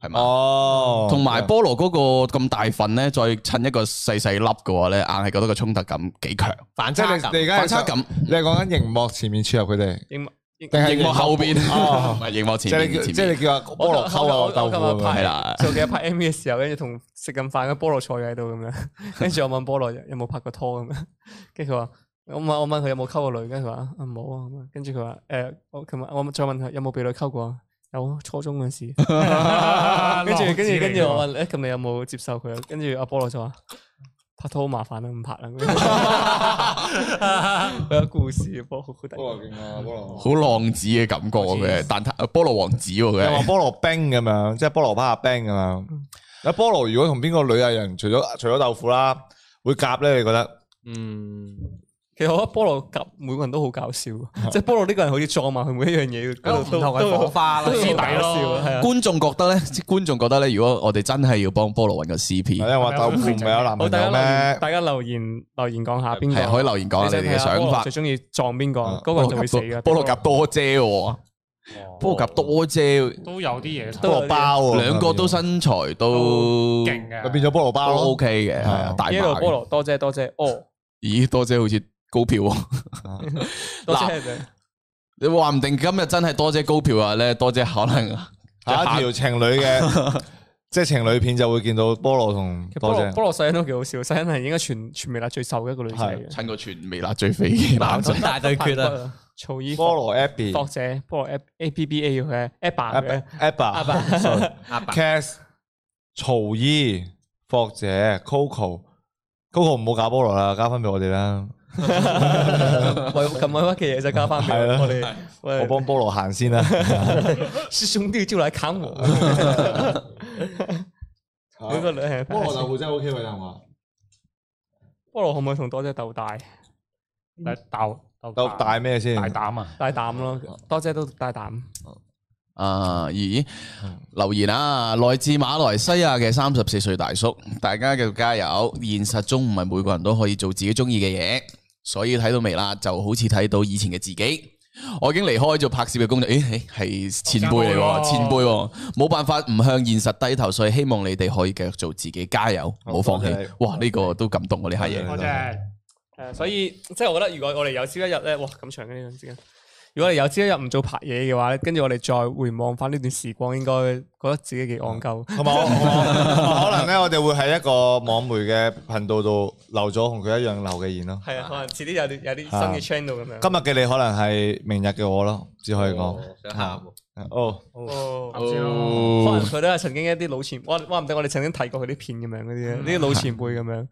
係嘛？
哦，
同埋菠蘿嗰個咁大份咧，再襯一個細細粒嘅話咧，硬係覺得個衝突感幾強，
反
即
差
係
感
你你而家
反
係
差
想
感。
你係講緊熒幕前面撮入佢哋，
熒幕熒
定係
熒幕後邊，
哦
唔係 熒幕
即係
前
你叫
面，
即係
前面
你叫阿菠蘿溝啊豆腐咁樣
係啦
做嘅拍 MV 嘅時候，跟住同食緊飯嘅菠蘿坐咗喺度咁樣， 跟住我問菠蘿有冇拍過拖咁樣，跟住佢話我問我問佢有冇溝過女，跟住佢話啊冇啊咁樣，跟住佢話誒我琴日我再問佢有冇俾女溝過啊，有初中嗰陣時， 跟住跟住跟住我問誒咁你有冇接受佢啊？跟住阿菠蘿就話拍拖好麻煩啦，啊唔拍啦咁 樣。佢有故事嘅菠蘿好得意，
菠蘿勁啊菠蘿。
好浪子嘅感覺嘅，蛋撻呃菠蘿王子喎
又話
佢。
菠蘿冰咁樣，即係菠蘿包阿冰咁樣。阿菠蘿如果同邊個女藝人，除咗除咗豆腐啦，會夾咧？你覺得？
嗯，
其實我覺得菠蘿夾每個人都好 搞笑，即係菠蘿呢個人好似撞埋佢每一樣嘢嗰度
唔
都
同嘅火花啦，
都
師弟
好搞
咯
笑，係啊。
觀眾覺得咧， 即係觀眾覺得咧，如果我哋真係要幫菠蘿揾個 CP，
因為話豆腐唔係有男
好，
朋
大
友
家留言，
咩？
大家留言留言講下邊
係可
個
以留言講下你
想睇
哋嘅
下菠
想
蘿
法
最。中意撞邊個，
嗯
嗰個人就會死嘅。
菠蘿夾多姐喎，菠蘿夾多姐，
都有啲嘢
都
菠蘿包喎，
兩個都身材都
勁嘅，
咪變咗菠蘿
都
包咯。
OK 嘅，係啊
啊，
大
呢度
碼
菠
嘅。
蘿多謝多謝哦，
咦，多姐好似高票喎，
多
嗱
謝
你
你
話唔定今日真係多姐高票啊咧，多姐可能
下一條情侶嘅，即係情侶片就會見到菠蘿同
其實
多
菠蘿
謝。
菠蘿細欣都幾好笑，細欣係應該全全美辣最瘦嘅一個女仔嚟嘅。
趁個全微辣最肥嘅男仔
咁。大對決啊！
啊！曹衣
菠蘿 Abby
作者菠蘿 A P B A 嘅 A 爸嘅
Abba- Abba-
阿爸
sorry
阿 爸
Cass 曹姨霍姐 Coco Coco 唔好搞菠蘿啦，加分俾我哋啦，
委咁委屈嘅嘢就交翻俾
係啊
我哋。
我
我
幫菠蘿行先啦。
師兄弟就嚟砍 我。每 個女係菠
腐真係 OK 喎，係嘛？
蘿可唔可以同多姐鬥大
但係鬥
鬥大咩先？
大膽啊！
大膽咯？多姐都大膽。
啊，咦？留言啊，來自馬來西亞嘅三十四歲大叔，大家繼續加油！現實中唔係每個人都可以做自己中意嘅嘢，所以睇到微辣就好似睇到以前嘅自己。我已經離開咗拍攝嘅工作，誒誒係前輩嚟喎，前輩喎，冇辦法唔向現實低頭，所以希望你哋可以繼續做自己，加油，唔好放
多謝
棄
你。
哇，呢個都感動我呢下嘢。
多謝
誒，所以即係我覺得，如果我哋有朝一日咧，哇咁長嘅呢段時間，如果我哋有朝一日唔做拍嘢嘅話咧，跟住我哋再回望翻呢段時光，應該覺得自己幾戇鳩。
同埋我我可能咧，我哋會喺一個網媒嘅頻道度留咗同佢一樣留嘅言咯。
係啊，可能遲啲有啲有啲新嘅 channel 啊咁樣。
今日嘅你可能係明日嘅我咯，只可以講。
想喊喎
哦，
哦
啱先咯
可
哦
能佢都係曾經一啲老前，我話唔定我哋曾經睇過佢啲片咁樣嗰啲呢啲老前輩咁 樣。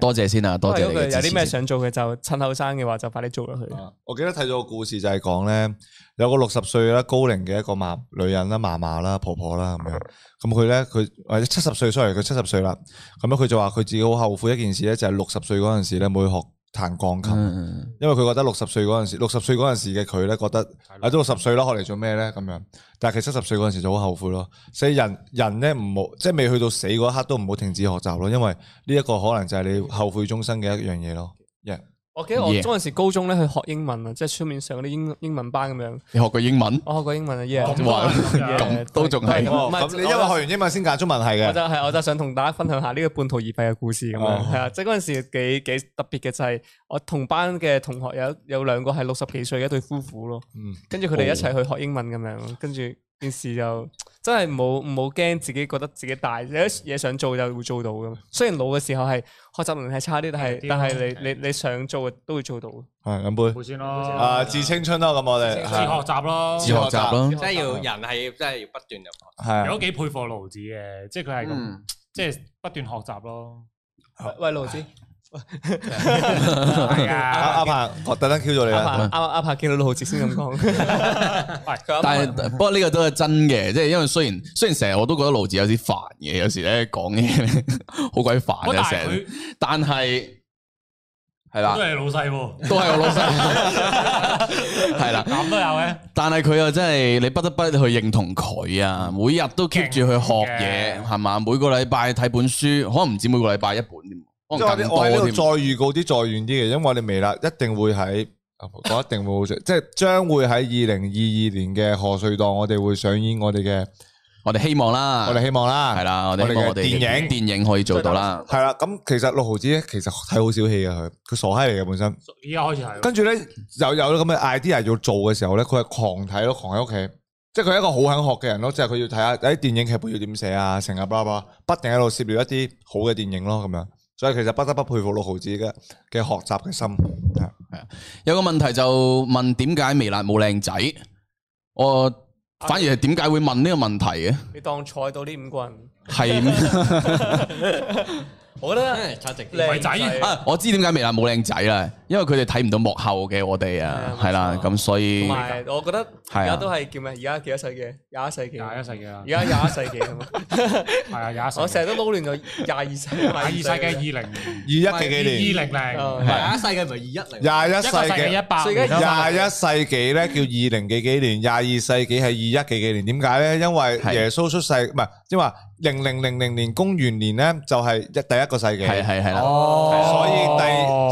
多謝先啊，嗯多謝
不
你
過如果
嘅
佢有
支持哦
啲咩
先。
想做嘅，就趁後生嘅話就快啲做啦佢。
我記得睇咗個故事就係講咧，有個六十歲啦高齡嘅一個嫲女人啦、嫲嫲啦、婆婆啦咁樣，咁佢咧佢或者七十歲，sorry 佢七十歲啦，咁樣佢就話佢自己好後悔一件事咧，就係六十歲嗰陣時咧冇去學彈鋼琴。
嗯
因為佢覺得六十歲嗰陣時，六十歲嗰陣時嘅佢咧覺得啊都六十歲啦，學嚟做咩咧咁樣？但係其實七十歲嗰陣時就好後悔咯。所以人人咧唔好即係未去到死嗰一刻都唔好停止學習咯，因為呢一個可能就係你後悔終生嘅一樣嘢咯。Yeah，
我記得我
Yeah
嗰陣時高中咧去學英文啊，即係出面上嗰啲英英文班咁樣，
你學過英文？
我學過英文啊，yeah，
咁
哇
樣
咁
都仲係
唔係
哦咁你因為學完英文先揀中文系
我就
嘅，
係我就想同大家分享下呢個半途而廢嘅故事咁
哦
樣，係啊，即係嗰陣時幾幾特別嘅就係我同班嘅同學有有兩個係六十幾歲嘅一對夫婦咯，
嗯
跟住佢哋一齊去學英文咁樣，跟住件事就真係冇冇驚自己覺得自己大，有啲嘢想做就會做到噶嘛。雖然老嘅時候係學習能力係差啲，但係
係啲
但係你你你想做都會做到。
係飲杯
好先咯。
啊，致青春咯。咁我哋
自學
係啊
習咯。
自學習咯
即。係要人係真係要不斷入學。
係
有
啊
幾佩服盧子嘅，即係佢係咁，
嗯
即係不斷學習咯。
喂喂，盧子，
係
阿
啊，
阿鵬，我特登 Q 咗你啊
阿
啦
柏，阿阿柏見到盧子先 咁講，
啊
但係
嗯
不過呢個都係真嘅，即係因為雖然雖然成日我都覺得盧子有啲煩嘅，有時咧講嘢 呢好鬼煩
我但
嘅
係
成日
佢，
但係係
都
啦，
係老細喎，
都係我老 細，係啦。
咁都有嘅。
但係佢又真係你不得不去認同佢啊！每日都 keep 住去學嘢，
嗯勁嘅
係嘛？每個禮拜睇本書，可能唔止每個禮拜一本添，可
即係
能
我
更
哋我喺呢
多
度
添
再。預告啲再遠啲嘅，因為我哋微辣一定會喺，啊我一定會好 即係將會喺二零二二年嘅賀歲檔，我哋會上演我哋嘅，
我哋希望啦，
我哋希望啦，
啊係啦，我哋希望我
我
哋
哋嘅電影
電影可以做到啦。
係啦。咁其實六毫子咧，其實睇好少戲嘅佢，佢傻閪嚟嘅本身。
而家開始係喎，
跟住咧有有咁嘅 idea 要做嘅時候咧，佢係狂睇咯，狂喺屋企。即係佢係一個好肯學嘅人咯，即係佢要睇下喺電影劇本要點寫啊，成啊，blah blah，不停喺度涉獵一啲好嘅電影咯，咁樣。所以其實不得不佩服六毫子嘅嘅學習嘅心。
有個問題就問點解微辣冇靚仔？我反而係點解 會問呢個問題嘅？
你當坐到呢五個人，
係
我覺得
真係直
靚
鬼仔
啊，我知點解微辣冇靚仔啦，因為佢哋睇唔到幕後嘅我哋啊，
係啊
係啦，
冇錯
咁所以
同埋我覺得而
係啊
家都係叫咩？而家幾多世紀？廿一世紀。
廿一世紀啦
而，家廿一世紀啊嘛，
係啊，廿一世紀。
我成日都撈亂咗廿二世紀。廿
廿二世紀二零
二一嘅幾年，
二零零
哦
廿一世嘅唔係二一零，
廿一
一
世
個世紀
紀
一。百，
所以而家
廿一世紀咧叫二零幾幾年，廿二世紀係二一幾幾年？點解咧？因為
係
耶穌出世唔係，因為零零零零年公元年咧就係一第一個世紀，
係係係啦，
哦，
所以第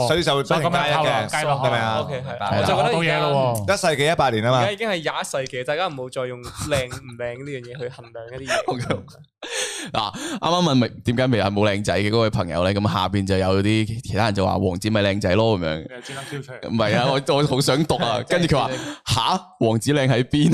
所以就會不停加一嘅，
所以咁樣
係咪啊
O？K 係，
係
我
啦
就覺得
到
而
嘢
家
咯喎。
一世紀一百年啊
而
嘛
家，已經係廿一世紀，大家唔好再用靚唔靚呢樣嘢去衡量 一啲嘢。
嗱，啱啱問微點解微辣冇靚仔嘅嗰位朋友咧，咁下邊就有啲其他人就話王子咪靚仔咯咁樣。
你又專登挑出嚟，
唔係啊，我我好想讀啊，跟住佢話吓王子靚喺 邊？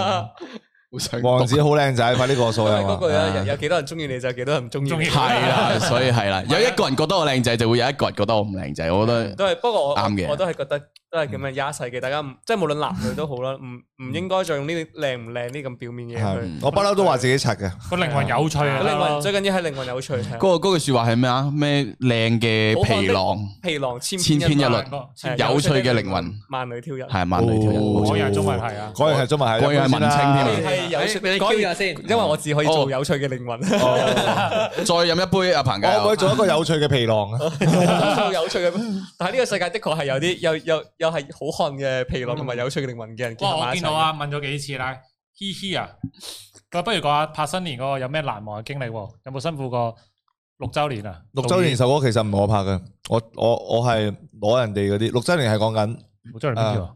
好想讀
王子好靚仔，快啲過數
因為
啦
嗰
嘛
句！啊，有有幾多人中意你就有幾多人唔中意
中
你
意。
係 啦，所以係啦，
啊
有一個人覺得我靚仔，就會有一個人覺得我唔靚仔。我覺得
都係，不過我
啱嘅
我都係覺得都係咁樣廿一世紀，大家唔即係無論男女都好啦，唔唔應該再用呢啲靚唔靚呢啲咁表面嘢去
係。我不嬲都話自己柒嘅，
個靈魂有趣啊！
靈魂最緊要係靈魂有趣，係
嗰個嗰句説話係咩啊？咩靚嘅皮囊
皮囊千
千篇一律
萬
我
係
有趣嘅靈魂，
萬里挑一。
係萬里挑
哦
人。冇錯
又係中文係啊，
嗰樣係中文係，
嗰樣係文青添啊
係有趣，
俾你
講完
Q 下先
因為我只可以做有趣嘅靈魂，
再飲一杯啊，彭
我可唔可以
家。
做一個有趣嘅皮囊啊？
做有趣嘅。但係呢個世界的確係有啲有有有係好漢嘅皮囊同埋有趣嘅靈魂嘅人結
哇！
合
我
埋一
見
齊
到。啊，問咗幾次啦，嘻嘻啊！咁不如講下拍新年嗰個有咩難忘嘅經歷喎？有冇辛苦過六週年啊？
六周年首歌其實唔係我拍嘅，我我我係攞人哋嗰啲。六周年係講緊
六週年邊條啊？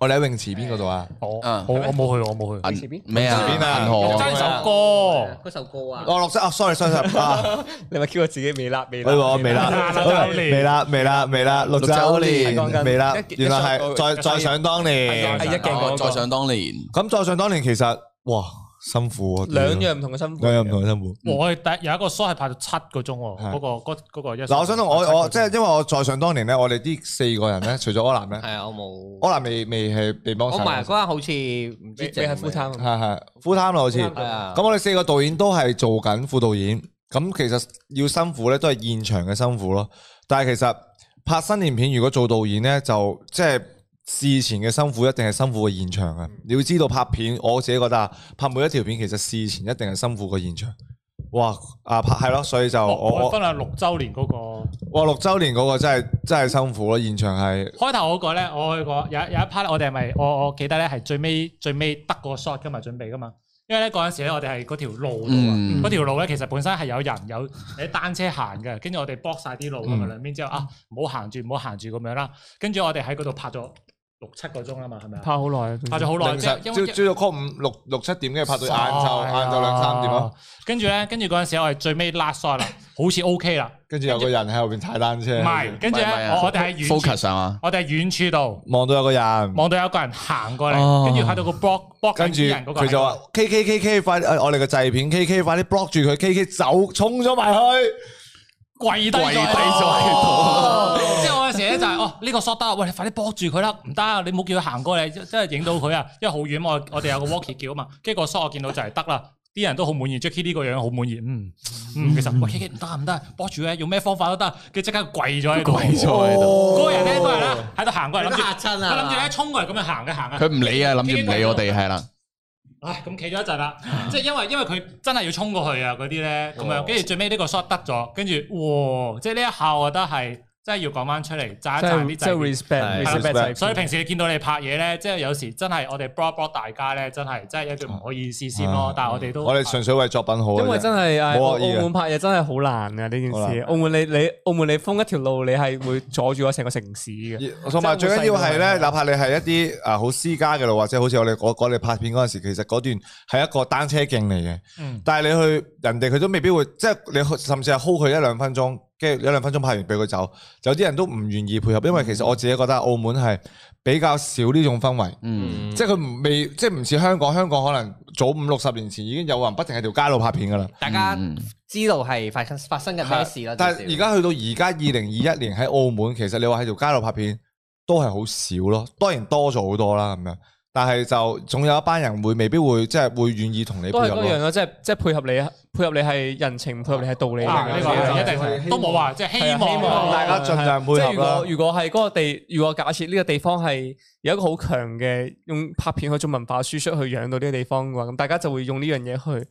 我哋喺泳池邊嗰度啊，
我
啊
我我冇去，我冇去。
銀咩啊？
邊啊
銀
六
河
週年首歌，
嗰首歌啊，
哦，六周啊，sorry sorry sorry 啊，
你咪 Q 我自己微辣微
我以為我
辣
未啦，
六周年
未啦，未啦，未啦，六周
六周
年
年
未啦
一，
原來係
一首
再再想當年
係一。鏡過
再想當年，
咁再想當年其實哇辛苦啊，
兩樣唔同嘅辛苦。
兩樣唔同嘅辛苦。
我係第有一個 shot 係拍咗七個鐘喎，
係
嗰個嗰嗰個一。
啊嗱，我想同我我即係
係
因為我再想當年咧，我哋呢四個人咧，除咗柯南咧，
係啊，我冇，
柯南未未係被幫
我
手，
埋
係
嗰刻好似唔知
你你係 full
係
time 啊
係 full time 啦，好似。
full time
啊，
咁我哋四個導演都係做緊副導演，咁其實要辛苦咧，都係現場嘅辛苦咯。但係其實拍新年片，如果做導演咧，就即係事前嘅辛苦一定係辛苦過現場嘅。你要知道拍片，我自己覺得啊，拍每一條片其實事前一定係辛苦過現場。哇！啊拍係咯，所以就
我
我
我
我
分享六週年嗰個。
哇六周年嗰個真係真係辛苦咯，現場係
開頭嗰個咧，我去過有有一 part 咧，我哋係咪我我記得咧係最尾最尾得個 shot 噶嘛，準備噶嘛。因為咧嗰陣時咧，我哋係嗰條路度啊，
嗯
嗰條路咧其實本身係有人有有啲單車行嘅，跟住我哋 block 晒啲路咁
嗯
嘛，兩邊之後啊，唔好行住，唔好行住咁樣啦。跟住我哋喺嗰度拍咗六七個鐘啦嘛，係咪啊？
好耐，
拍咗好耐，
凌
即係
晨
因
朝
為
朝早 call 五六六七點，跟住拍到晏晝
係啊
晏晝兩三點咯，。
跟住咧，跟住嗰陣時我係最尾 last shot 啦，好似 OK 啦，
跟住有個人喺後邊踩單
唔
車，
係，跟住咧
唔係唔係啊
我我哋喺遠處，
focus 啊嘛。
我哋喺遠處度。
望到有個人。
望到有個人行過
哦
嚟，跟住喺度個 block block
跟住
緊啲人嗰個
佢就
喺
話
度
K K K K 快啲，哎我哋個製片 K K 快啲 block 住佢，K K 走衝咗埋去，
跪低
跪低咗喺度
喺度。 即係我有時咧就係哦呢個 shot 得啦，喂你快啲 block 住佢啦，唔得啊你冇叫佢行過嚟，真係影到佢啊，因為好遠我我哋有個 walkie 叫啊嘛，跟住個 shot 我見到就係得啦。啲人都好滿意，Jackie 呢個樣好滿意，嗯嗯，其實喂 K K 唔得唔得，block 住咧，用咩方法都得，跟住即刻跪咗喺度，
跪咗喺度，
哦
嗰個人咧，嗰個人咧喺度行過嚟，
你
諗
都
住
嚇親
佢諗住咧
啊！
衝過嚟咁樣行嘅行嘅。
佢唔理啊，諗住唔理我哋係啦。
唉，咁企咗一陣啦，即係因為因為佢真係要衝過去啊嗰啲咧，咁
哇
樣跟住最尾呢個 shot 得咗，跟住哇，即係呢一下我覺得係真係要講翻出嚟，讚一讚
即係
啲
即係
仔。
respect
係
respect
所以平時你見到你拍嘢咧，即係有時真係我哋 block block 大家咧，真係真係一句唔好意思先咯
嗯。
但係我哋都
我哋純粹為作品好啊，
因為真係唉
冇惡
澳
意嘅
門拍嘢真係好難啊！呢件
好難
事，澳門你你澳門你封一條路，你係會阻住咗成個城市嘅。
而同埋最緊要係咧，
真係好細個
哪怕你係一啲啊好私家嘅路，或者好似我哋我我哋拍片嗰陣時，其實嗰段係一個單車徑嚟嘅，
嗯
但係你去人哋佢都未必會，即係你去甚至係 hold 佢一兩分鐘，跟住一兩分鐘拍完俾佢走，有啲人都唔願意配合，因為其實我自己覺得澳門係比較少呢種氛圍。
嗯，
嗯
即係佢唔未，即係唔似香港，香港可能早五六十年前已經有人不停喺條街度拍片噶啦。
大
Ừ.
家
嗯
知道係發生發生緊咩事啦，
但
至
係
少
而家去到而家二零二一年喺澳門，其實你話喺條街度拍片都係好少咯，當然多咗好多啦咁樣。但係就總有一班人會未必會即係會願意同你配
都係
合
嗰樣
咯。
咯，即係即係配合你，配合你係人情，配合你係道理嚟
啊
㗎。
呢
呢個
個
就
一定都冇話，即係希
係啊希
望
望
大家盡量配
即係如
合啦
果。如果係嗰個地，如果假設呢個地方係有一個好強嘅用拍片去做文化輸出去養到呢個地方嘅話，咁大家就會用呢樣嘢去，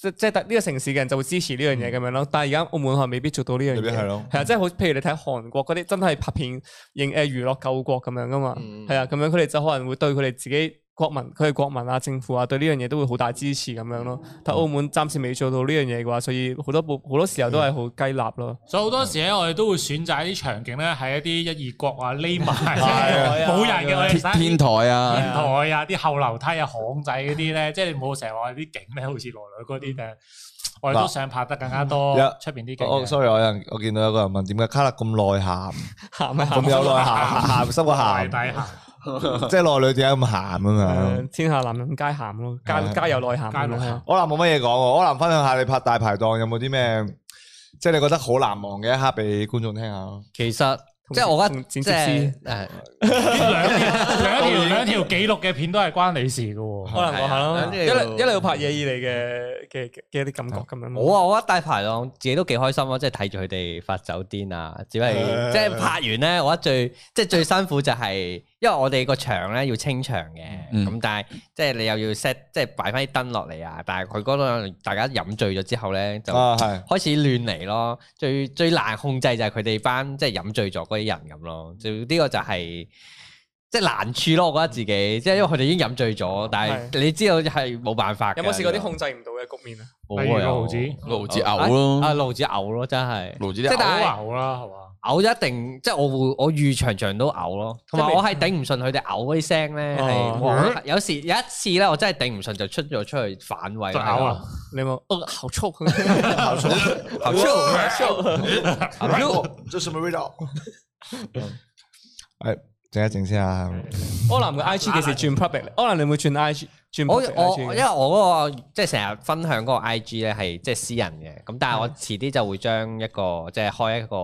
即即係呢個城市嘅人就會支持呢樣嘢咁樣咯。但係而家澳門係未必做到呢樣
未必係
嘢，
咯
係啊，即係好譬如你睇韓國嗰啲真係拍片認誒娛樂救國咁樣噶嘛，
嗯
係啊，咁樣佢哋就可能會對佢哋自己。國民佢哋國民啊，政府啊，對呢樣嘢都會好大支持咁樣咯。但澳門暫時未做到呢樣嘢嘅話，所以好多部好多時候都係好雞肋咯。
所以好多時咧，我哋都會選擇啲場景咧，喺一啲一二國啊，匿埋
啊
冇人嘅我哋
天天台
天
啊，
台啊，啲後樓梯啊、巷仔嗰啲咧，即係你冇成日話啲景咧，好似羅女嗰啲嘅，我哋都想拍得更加多
嗱
出邊啲景
我我
嘅。
sorry，我有人我見到有個人問點解卡勒咁內涵，
鹹咪
咁有內涵，鹹濕個
內
鹹，
底下
即係內裏點解咁鹹咁樣？
誒天下男人皆鹹咯，皆皆有內涵
街
咁
路
樣。
行，
柯南冇乜嘢講喎，柯南分享下你拍大排檔有冇啲咩，即係你覺得好難忘嘅一刻俾觀眾聽下咯。
其實即係我覺得
同
即
剪
係
接
誒
兩條兩條兩條紀錄嘅片都係關你事嘅喎。
可能講下
係啊
啦，一
呢度
嚟一嚟要拍嘢，二嚟嘅嘅嘅嘅一啲感覺咁樣。
我啊，我覺得大排檔自己都幾開心啊咯，即係睇住佢哋發酒癲啊！只係即係拍完咧，我覺得最即係最辛苦就係、因為我哋個場咧要清場嘅，咁、
嗯
但係即係你又要 set 即係擺翻啲燈落嚟啊！但係佢嗰度大家飲醉咗之後咧，就
啊，係
開始亂嚟咯。最最難控制就係佢哋班即係飲醉咗嗰啲人咁咯。就呢個就係、即係難處咯，我覺得自己，即係因為佢哋已經飲醉咗，但係你知道係冇辦法㗎。
有冇試過啲控制唔到嘅局面啊？
冇
例如
啊？
個
有
毫子
路子牛咯
嗯
啊，，路子嘔咯，真係
路子
即
啲
係
牛
但係
好牛啦，係嘛？
嘔一定，即係我會我預場場都嘔咯，同埋我係頂唔順佢哋嘔嗰啲聲咧，係
哦
我有時有一次咧，我真係頂唔順就出咗出去反胃
就嘔 啊！！
你有冇？哦，好臭！
好臭
好臭！哦
這什麼味道？誒，靜一靜先啊。
柯南嘅 I G 幾時轉 public 啊咧？柯南你會轉 I G 轉
我
public
我
IG
因
嘅
為我嗰、個即係成日分享嗰個 I G 咧係即係私人嘅，咁但係
嗯
我遲啲就會將一個即係開一個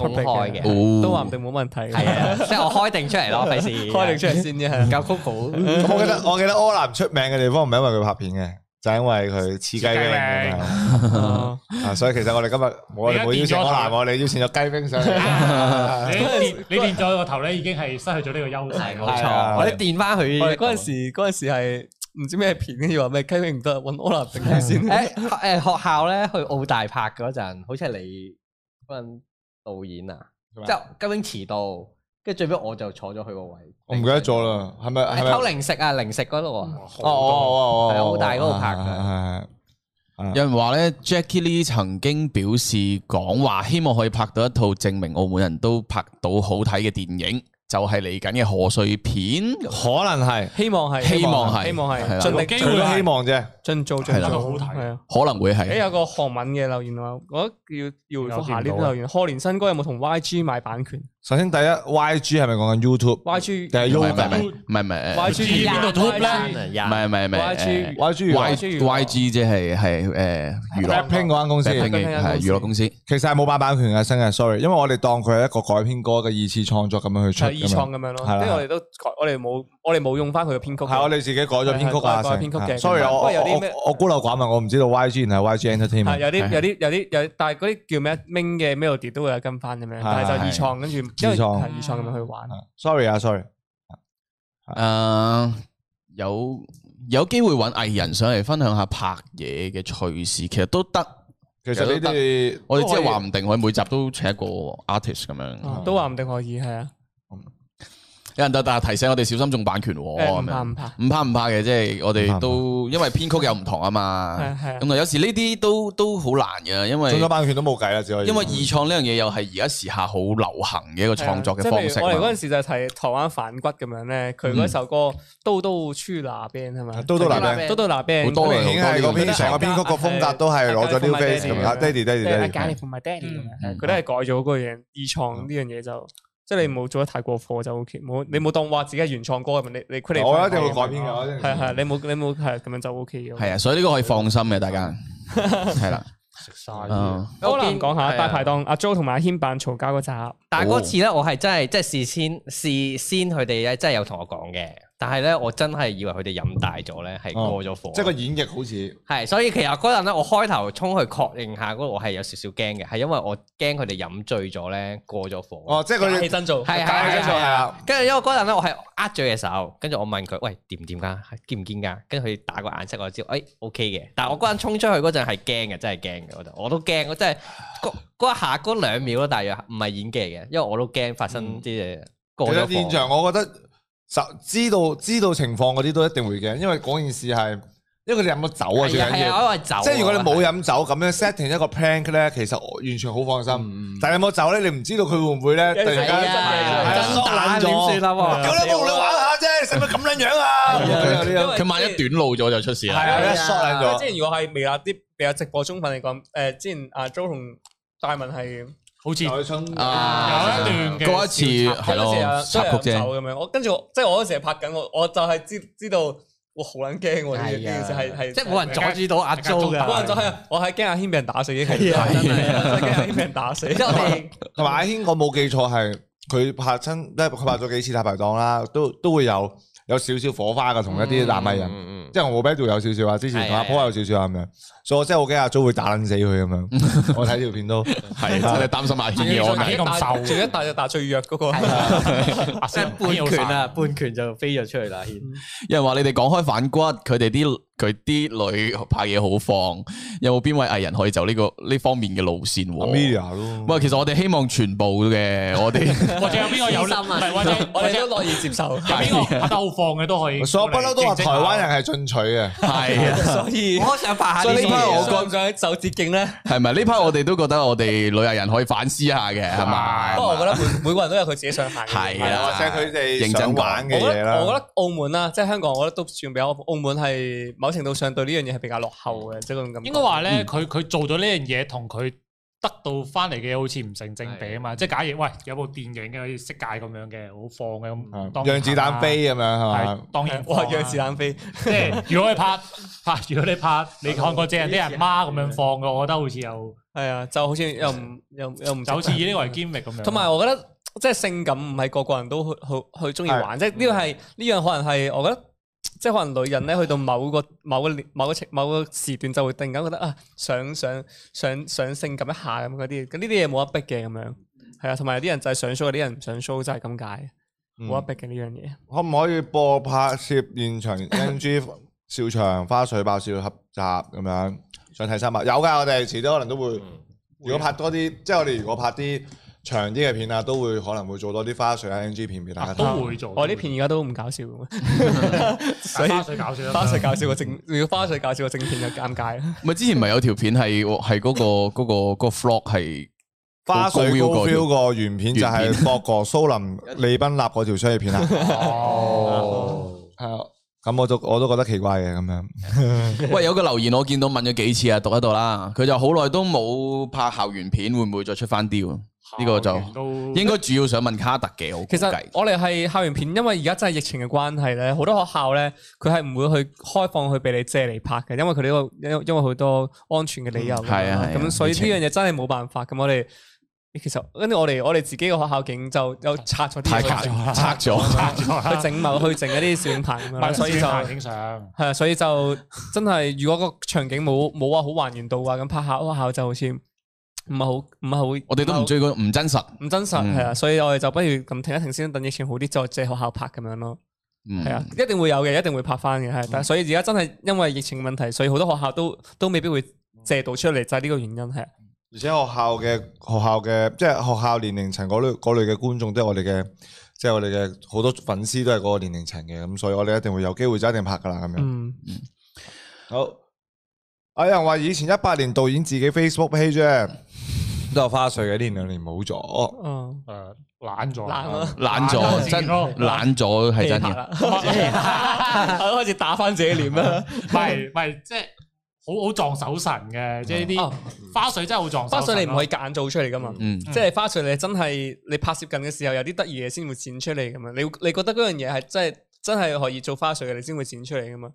公開嘅，
哦
都話唔定冇問題嘅。
係啊， 即係我開定出嚟咯，費事
開定出嚟先啫，嗯係
夠 Coco。
咁我記得我記得柯南出名嘅地方唔係因為佢拍片嘅，就係因為佢似雞 wing 咁
哦
樣啊。所以其實我哋今日我哋冇邀請柯南，我哋邀請咗雞 wing 上 嚟。
你練你練咗個頭咧，已經係失去咗呢個優勢
係
咯。
冇
係啊
錯，我哋電翻佢。
我哋嗰陣時嗰陣時係唔知咩片，跟住話咩雞 wing 唔得，揾柯南定佢先。
诶诶，啊 誒学校咧去澳大拍嗰陣，好似係你嗰阵導演啊，
係嘛
即係急經遲到，跟住最尾我就坐咗佢個位。
我唔記得咗啦，係咪係
係
咪？
偷
哦
零食啊，零食嗰度啊，
哦哦哦，
係澳大嗰度拍
係係
嘅。
係
有人話咧，Jackie Lee 曾經表示講話，希望可以拍到一套證明澳門人都拍到好睇嘅電影，就係嚟緊嘅賀歲片。
可能係，
希望係，
希望係
希望
係啦
係，盡力
機
除
會
咗
係
希望啫。
盡做
係
盡
啦
做，
好睇
係啊。
可能會
誒
係
有個韓文嘅留言話，我覺得要要回覆下呢啲留言。賀年新歌有冇同 YG 買版權
首先第一，YG 係咪講緊 YouTube？
？YG
定係
唔係唔
Yoga？
係唔係唔係誒
YG
知邊度 top 咧？
唔係
咧？
哦唔係唔係
YG
YG
誒
娛
YG
Y Y G 即係係誒娛樂
Blackpink 嗰間啊公司
Blackpink
公司
嘅係娛樂公司，
其實係冇版版權嘅，真嘅，sorry，因為我哋當佢係一個改編歌嘅二次創作咁樣去出
就
咁
二
樣，
創咁樣
係
咯，
啦
因為我哋都改，我哋冇我哋冇用翻佢嘅編曲嘅。
係我哋自己改咗編曲啊，
係係改
成
改編曲嘅
係 sorry，我
不過有啲
我
咩
我我孤陋寡聞，我唔知道 YG 然係 YG
係
Entertainment，
有啲
係
有啲有啲有，但係嗰啲叫咩 Ming 嘅 melody 都會有跟翻咁樣，但係就二創跟住因為
二創
係二創咁樣去玩。
啊，sorry 啊，sorry，
誒有有機會揾藝人上嚟分享下拍嘢嘅趣事，其實都得。
其實呢啲
我哋即係話唔定，我哋每集都請一個 artist 咁樣。
哦都話唔定可以係啊，
有人特特提醒我哋小心中版權喎，
誒
哦咁
唔怕唔
樣
怕
唔怕唔怕嘅，即係我
唔怕唔怕
哋都因為編曲又唔同啊嘛
係，係
咁啊有時呢啲都都好難嘅，因為
中咗版權都冇計啦，只可以
因為二創呢樣嘢又係而家時下好流行嘅一個創作
係
嘅
啊
方
即
式
係譬如我哋嗰
嘛
陣。時就係睇台灣反骨咁樣咧，佢嗰首歌《都都出那邊》係咪？
嗯都都那邊
都都那邊
好多
明顯係嗰
我哋
編成個編曲個風格都係攞咗 New Face 咁樣啊，Daddy Daddy
啊即係 I
Daddy，
got it from my daddy 咁
嗯
樣，佢都係改咗嗰樣二
嗯
創呢樣嘢就，即係你冇做得太過火就 OK，冇你冇當話自己係原創歌咁，你你佢哋
我一定會改編嘅，我一定
係係你冇你冇係咁樣就 OK 嘅。
係啊，所以呢個可以放心嘅，大 家係啦。
食晒
嗯
柯南講
係
下
啊
大排檔阿 Jo 同埋阿軒扮嘈交嗰集，啊
但係嗰次咧，我係真係即係事先事先佢哋咧，真係有同我講嘅，但係咧，我真係以為佢哋飲大咗咧，係過咗火。
哦即係個演繹好似
係，所以其實嗰陣咧，我開頭衝去確認下嗰度，我係有少少驚嘅，係因為我驚佢哋飲醉咗咧，過咗火。
哦，即係
假
佢
戲真做，
係
假戲真做係啊啦。
跟住因為嗰陣咧，我係握咗嘅手，跟住我問佢：喂，掂唔掂㗎？堅唔堅㗎？跟住佢打個眼色，我就知，誒 OK 嘅。但係我嗰陣衝出去嗰陣係驚嘅，真係驚嘅嗰陣，我都驚，我真係嗰嗰一下嗰兩秒咯，大約唔係演技嘅，因為我都驚發
嗯
生啲嘢過
其
咗
實
火。
現場我覺得就知道知道情況嗰啲都一定會嘅，因為嗰件事係因為佢哋飲咗酒啊，最
係啊
緊
係
要。
啊，因為酒啊。
即係如果你冇飲酒咁樣 setting 一個 plank 咧，其實我完全好
嗯
放心。但係你冇酒咧，你唔知道佢會唔會咧突然間
係啊
係啊
嗯真
縮
打
冷咗，
點算啊哇
咁你冇你玩下啫，使乜咁撚樣啊？咁樣
因為
佢萬一短路咗就出事啦。
係啊，一縮冷
因為
咗
之。前如果係未有啲未有直播中份嚟講，誒之前阿 Jo 同大文係
好似
再衝
啊
有一段嘅
嗰一次
啊
係咯，
所以
插
飲
曲
酒
啫。
咁樣。我跟住我即係我嗰時係拍緊我，我就係知知道我好撚驚
啊
喎呢
係
呢件事係係
即係冇人阻止到阿 Jo
冇人就
㗎。
啊係我係驚阿軒俾人打死已經係真係啊真係驚阿軒俾人打死。
即係我 哋
同埋阿軒，我冇記錯係佢拍親，即係佢拍咗幾次大排檔啦，都都會有有少少火花噶，同一啲男藝人。
嗯嗯
即係我 b a 有少少啊，之前同阿
係係
Po 有少少啊咁樣，所以我真係好驚阿 Jo 會打撚死佢咁 樣。我睇條片都
係真係擔心 阿軒嘅安危。
咁瘦
仲一打就打最弱嗰個。
阿
即
小龍好似
係半拳
好散
啊，半拳就飛咗出嚟啦，軒
有人話你哋講開反骨，佢哋啲佢啲女拍嘢好放，有冇邊位藝人可以走呢個呢方面嘅路線喎？
Amelia 咯，
喂，其實我哋希望全部嘅，我哋
或者有邊個有唔
天生啊
係或者
我
或
哋
者
都樂意接 受，
有邊個拍得好放嘅都可以。
所以我不嬲都話台灣人係進取嘅。
係啊，
所以
我都想拍下
所
呢
以
啲
呢批
嘢
我
啊。
想唔想走捷徑咧？
係咪呢 part 我哋都覺得我哋女藝人可以反思下嘅，係咪？
不過我覺得每每個人都有佢自己想行嘅嘢。
係啊
或者佢哋
認真
想
講
玩嘅
我覺
嘢啦。
得我覺得澳門啦，即係香港，我覺得都算比較澳門係某程度上對呢樣嘢係比較落後嘅，即係嗰種感覺。嗯
應該話咧，佢佢做到呢樣嘢同佢得到翻嚟嘅嘢好似唔成正比啊
嗯
嘛。即係假如喂有部電影嘅好似色戒咁樣嘅，好放嘅
嗯
咁，當然
讓子彈飛咁樣係嘛
係，當 然
啊哇，
放啦
讓子彈飛，
即係如果你拍拍，如果你拍你看過正人啲人媽咁樣放嘅，我覺得好似又
係啊，就好似又唔又又唔
就好似以呢個為堅力咁樣。
同埋我覺得即係性感唔係個個人都去去去中意玩，即係呢個係呢樣可能係我覺得。即係可能女人咧，去到某個某個年某個程某個時段，就會突然間覺得啊，想想想想性感一下咁嗰啲，咁呢啲嘢冇得逼嘅咁樣，係啊，同埋有啲人就係想 show，有啲人唔想 show 就係咁解，
嗯
冇得逼嘅呢樣嘢。
可唔可以播拍攝 現場 NG 笑場花絮爆笑合集咁樣？想睇三百有㗎，我哋遲啲可能都會。如果拍多啲，即係我哋如果拍啲長啲嘅片啊，都會可能會做多啲花絮啊 NG 片俾大家
啊
睇。
都會做。
我哦啲片而家都唔搞笑嘅，
所
所以
花絮 搞笑啦，
花絮搞笑個正，如果花絮搞笑個正片就尷尬啦。
唔係之前咪有條片係係嗰個嗰個嗰個 flog 係
花絮
高
高
過
feel 個原片就係博哥蘇 林利賓納嗰條商業片啊。
哦，
係啊，咁我都我都覺得奇怪嘅咁樣。
喂，有個留言我見到問咗幾次啊，讀一讀啦。佢就好耐都冇拍校園片，會唔會再出翻啲喎？
嗯
呢
哦
個就
都
應該主要想問卡特嘅，我估
其
計
實我哋係校園片，因為而家真係疫情嘅關係咧，好多學校咧佢係唔會去開放去俾你借嚟拍嘅，因為佢哋呢個因因為好多安全嘅理由㗎嘛。
係啊係啊
咁所以
疫
呢
情
樣嘢真係冇辦法。咁我哋其實跟住我哋我哋自己個學校景就有拆咗啲
太
嘢
卡
去
拆咗。
去整某去整一啲攝影棚咁樣啦，
買
所以就。
影相。
係啊，所以就真係，如果個場景冇冇話好還原到啊，咁拍下屋校就好似唔係好唔係好，
我哋都唔追嗰唔真實，
唔真實
嗯
係啊，所以我哋就不如咁停一停先，等疫情好啲再借學校拍咁樣咯。
嗯
係啊，一定會有嘅，一定會拍翻嘅，係。但係所以而家真係因為疫情問題，所以好多學校都都未必會借到出嚟，就係呢個原因係。啊
而且學校嘅學校嘅即係學校年齡層嗰類嗰類嘅觀眾，都係我哋嘅，即係我哋嘅好多粉絲都係嗰個年齡層嘅，咁所以我哋一定會有機會就一定拍噶啦咁樣。
嗯，
好，有人話以前一八年導演自己 Facebook page 啫都有花絮嘅，呢兩年冇咗。
哦，
誒 懶咗，
懶咯
懶咗，真懶咗係真
棄拍
嘅。
啦，開始打翻自己臉啦。
嗯
唔係唔係，即係好好撞手神嘅，即係呢
哦
啲花絮真係好撞手
花
神咯。
絮你唔可以夾硬做出嚟噶嘛。
嗯，
即係花絮，你真係你拍攝緊嘅時候有啲得意嘢先會剪出嚟噶嘛？你你覺得嗰樣嘢係真係真係可以做花絮嘅，你先會剪出嚟噶嘛？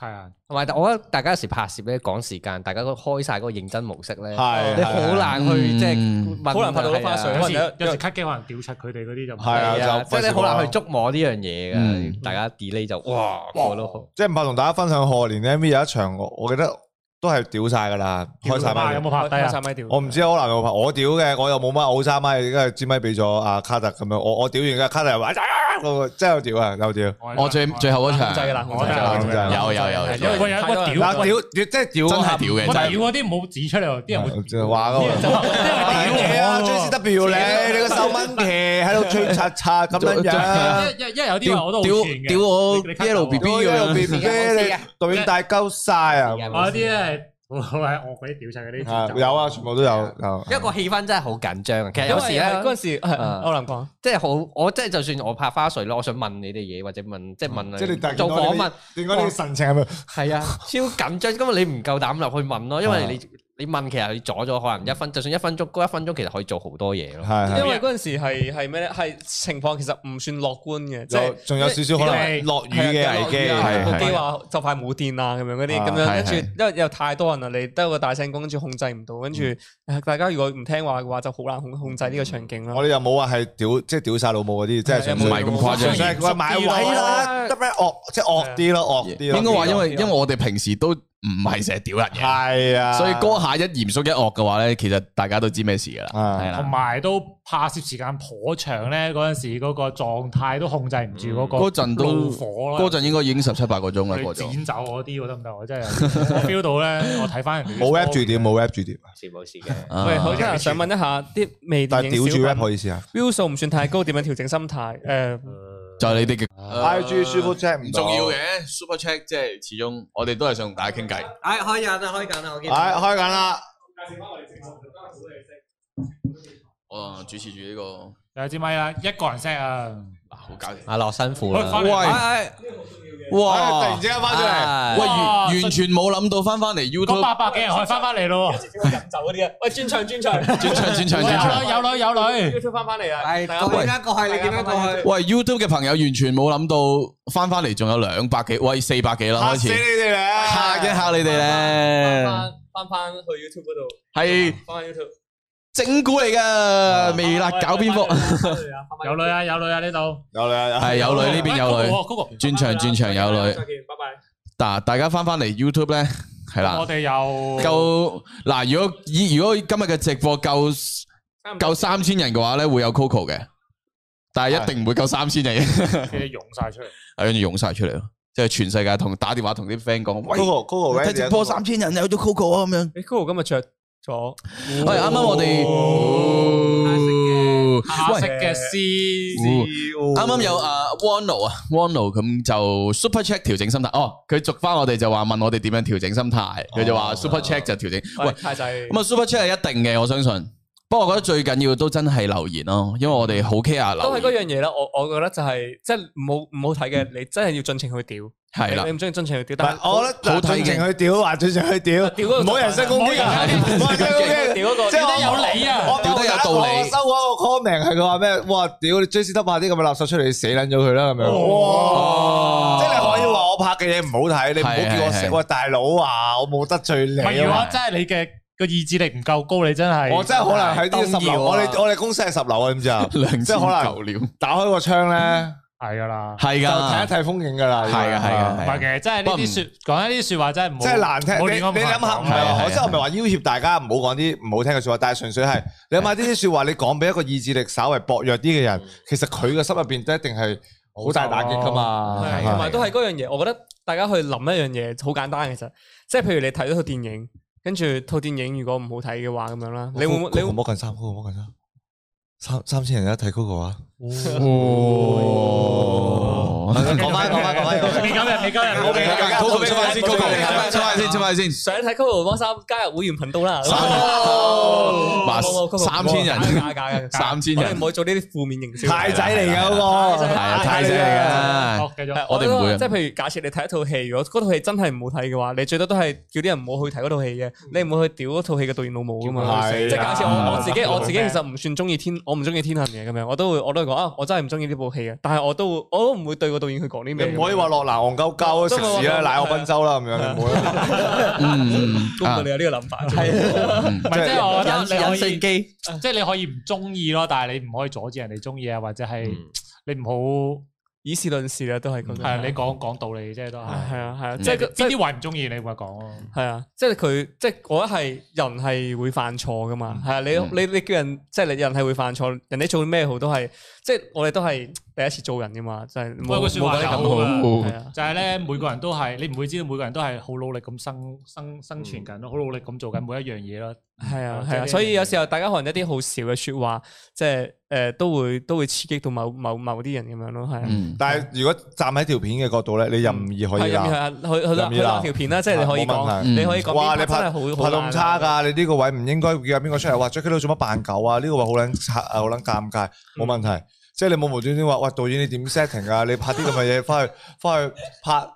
系啊，
同埋我覺得大家有時拍攝咧講時間，大家都開晒嗰個認真模式咧，
係
你好難去
嗯
即係
好難拍到嗰花絮
係
有
啊
可
時
能有
有時 cut 機可能屌柒佢哋嗰啲就唔
係啊
係啊，
就
即係你好難去捉摸呢樣
嗯
嘢噶，大家 delay 就哇過都好。
即系唔怕同大家分享賀年咧，咩有一場我我記得都係屌晒噶啦，開晒
啊有
咪。
冇拍低
開
啊
晒？咪掉。
我唔知可能有冇拍我屌嘅，我又冇乜，我三咪，而家支咪俾咗阿卡特咁樣，我我屌完嘅卡特又話，啊我真係有屌啊，有屌。
我最最後嗰
啊
控制嘅啦
場
控制嘅
啦
有
控制嘅啦
有有
係
因為
有有
喂，有
太多
我
人
屌
嗱
過
屌，真係屌
真係
啊！
屌嘅，
我
真
屌
係
嗰啲唔好指出嚟喎，啲人會
就話嗰個
啲人就
屌
因為
你
屌
啊
我喎
！JCW 你你個手蚊騎喺度吹擦擦咁樣樣。 啊
因為因為有啲話我都好
屌
串嘅
屌我
你你 cut
，yellow
走
BB
屌一路 B
咁
B
樣
你對面大鳩晒啊！
我有啲咧係好係惡嗰啲屌柒嗰啲
啊
節奏
有啊，全部都有。有
因為個氣氛真係好緊張啊！其實
因
有
為
時
係
咧
嗰。陣時，
啊
我能講
即係好，我即係就算我拍花絮咯，我想問你哋嘢，或者問即係問
即係你突然
做
間我哋
訪問，
點解你神情係咪？
係啊，超緊張，因為你唔夠膽入去問咯，因為你你問其實你阻咗可能一分，就算一分鐘，嗰一分鐘其實可以做好多嘢咯。
係
因為嗰陣時係係咩咧？係情況其實唔算樂觀嘅，即
有
係啊
仲有少少可能
因為
落雨嘅危機，
係
部
係
機話就快冇電啦，咁樣嗰啲
啊
咁樣，跟
係
住因為有太多人啦，你得個大聲公，跟住控制唔到，跟住大家如果唔聽話嘅話，就好難控控制呢個場景啦。
我哋又冇話係屌，即係屌晒老母嗰啲，即係純
唔
粹
係咁誇張
純粹係話買位啦，得咩惡，即係惡啲咯，惡啲咯。
應該話因為
呢
因
個
為我哋平時都唔係成日屌人嘅，
係啊，
所以嗰下一嚴肅一惡嘅話咧，其實大家都知咩事噶啦，
啊
係
同
啦。
埋都拍攝時間頗長咧，嗰陣時嗰個狀態都控制唔住嗰個
嗯嗰陣都
怒火啦
嗰。陣應該已經十七八個鐘啦，
你
過咗。
剪走我啲喎得唔得？我真係 我 feel 到咧，我睇翻人哋啲
冇 rap 住
story
點，冇 rap 住點，
事冇事嘅。
啊
喂，好，真係想問一下啲微
但係
電影
屌住
小
rap
品
可以試下。
view 數唔算太高，點樣調整心態？誒，
就係你哋嘅
I G 舒服 check 唔
唔
到
重要。嘅 Super Check，即係始終我哋都係想同大家傾偈。
哎，開緊啦，開緊啦，我見
唉，開緊啦，
我主持住呢個
有支咪啦，一個人 set 啊，
嗱，好搞
阿樂辛苦
喂
啦。
翻嚟
喂
哎，
哦
唉突然
哇
之！間翻出嚟，
哎
喂，
哇
完完全冇諗到翻翻嚟
嗰
啊
YouTube
八百幾人可以翻翻嚟咯喎，
飲酒嗰啲啊，喂，專場專場
轉場轉場
啊
轉
有
場。
女有女有女，
，YouTube 翻翻嚟啊！
係
大家
過啦，過去
你見啦過去
喂，YouTube 嘅朋友完全冇諗到翻翻嚟，仲有兩百幾，喂四百幾啦
嚇
開
死你啊
始，
哋
嚇一
咧！
嚇你哋
翻
咧，
翻翻翻去 YouTube 嗰度，
係
翻翻 YouTube。
整蠱嚟
啊
噶，微辣搞邊科？
有女啊有女啊呢度，
有啦，有啦
係有女呢邊有女，
嗰個
轉場轉場有女。
再見，拜拜。
嗱，大家翻翻嚟 YouTube 咧，係啦
我，哋又
夠嗱，如果以如果今日嘅直播夠。夠三千人嘅話咧，會有 Coco 嘅，但係一定唔會夠三千人， 哎
佢哋湧晒出嚟，
跟住湧晒出嚟咯，即係全世界同打電話同啲 friend 講，喂，
，Google Google
睇
ready
直
啊
播
Google
三千人有咗 Coco 啊咁樣。
你 Google 今日着咗，
喂，啱啱我哋，
黑色
喂，
嘅 C，
哦啱啱有啊 Wano 啊 Wano 咁就 Super Check 調整心態，哦，佢續翻我哋就話問我哋點樣調整心態，佢就話 Super Check 就調整，
喂，
喂。
太仔，
咁啊，Super Chat 係一定嘅，我相信。不過我覺得最緊要都真係留言咯，因為我哋好 care
都係
留
嗰
言，
樣嘢啦。我我覺得就係即係唔好唔好睇嘅，你真係要盡情去屌。
係啦
你。唔中意盡情去屌，但
但
係
我覺得
好
好
睇嘅
盡情去屌，話盡情去屌，
屌嗰個
唔好人身攻擊啊！唔好人身攻擊，
屌嗰個
即係
屌
我
得有理啊！
我
屌得有道理
我收嗰個 comment 係佢話咩？哇！屌你 J C 得拍啲咁嘅垃圾出嚟，死撚咗佢啦咁樣。
哇
即係你可以話我拍嘅嘢唔好睇，你唔好叫我
係係
食。
係
喂，大佬啊，我冇得罪你
唔係如
啊
果！真係你嘅個意志力唔夠高，你真係
我真係可能喺啲十
當搖
樓，
啊
我哋我哋公司係十樓啊，你知唔知啊？
兩
即係可能
可能了，
打開個窗咧，
係㗎啦。
係
就睇
噶
一，睇風景㗎啦。
係㗎係㗎
唔
係
係嘅，即係呢啲説講一啲説話真係冇，
即係難聽。
冇
你
亂咁
你諗下，唔
講
係
係
話
係
我真係唔係話要挟大家唔好講啲唔好聽嘅説話，但係純粹係你諗下呢啲説話，你講俾一個意志力稍為薄弱啲嘅人，其實佢嘅心入邊都一定係好大打擊㗎嘛。
啊係
係
同埋都係嗰樣嘢。我覺得大家去諗一樣嘢好簡單，其實即係譬如你睇咗套電影，跟住套電影如果唔好睇嘅話咁樣啦，你會唔會你會
唔好近三，Coco 唔好近三，三三千人一睇 Coco 啊！
哦。
講翻講翻講翻，
未夠人，未夠人，
我明啦
Coco 出翻先，Coco 出翻先，出翻先。
想睇 Coco 幫衫加入會員頻道啦？
哇
冇冇冇
三千人
假假假假
三千人
我哋唔好做呢啲負面營銷。
太仔嚟㗎嗰個，
係啊，太正
好
啦！
繼
係
續。
我哋唔會啊
覺得即係譬如假設你睇一套戲，如果嗰套戲真係唔好睇嘅話，你最多都係叫啲人唔好去睇嗰套戲嘅，你唔好去屌嗰套戲嘅導演老母噶嘛。
係啊
即係假設我我自己
嗯
我自己其實唔算中意天，我唔中意天行嘅咁樣，我都會我都會講話啊，我真係唔中意呢部戲啊，但係我都會我都唔會對個導演去講啲
你
咩。
唔可以話啊落嗱戇鳩鳩食屎啦，奶我賓州啦咁樣，你唔好啦。
嗯，
公
啊
你有呢個諗法。
唔係即係我覺得你可
引
以
信，機，
即係你可以唔中意咯，但係你唔可以阻止人哋中意啊，或者係
嗯
你唔
以事論事啦，啊都係咁樣。
好係啊你講講道理，即係都
係
係。
啊係啊，即
即係
係個
邊
即係
啲位唔中意你咪講咯。
係啊，即係佢即係我覺得係人係會犯錯噶嘛。係啊，
嗯
你你你叫人即係你人係會犯錯，人哋做咩好都係即係我哋都係第一次做人噶嘛，就係
我
冇
有句説話
冇得咁
有
好。
㗎
好
係啊，
就係咧，每個人都係，你唔會知道每個人都係好努力咁生生生存緊咯，好努力咁做緊每一樣嘢咯。
係
哦
啊
嗯
係
即係
啊，
呢
所以
樣
有
嘢
時候大家可能一啲好少嘅説話，即係誒都會都會刺激到某某某啲人咁樣咯，係啊。
嗯，
但係如果站喺條片嘅角度咧，你任意可以
係
啦。
啊，佢佢佢
任意啦
佢條片啦，即係你可以
嗯冇問
講，
題嗯
你可以講。
哇！你
真
拍
係好好啊
拍到咁差，㗎，你呢個位唔應該叫邊個出嚟？哇！Jacky 佬做乜扮狗啊？呢個位好撚差啊，好撚尷尬，冇問題。即係你冇無端端話，喂導演你點 setting 啊？你拍啲咁嘅嘢，翻去翻去拍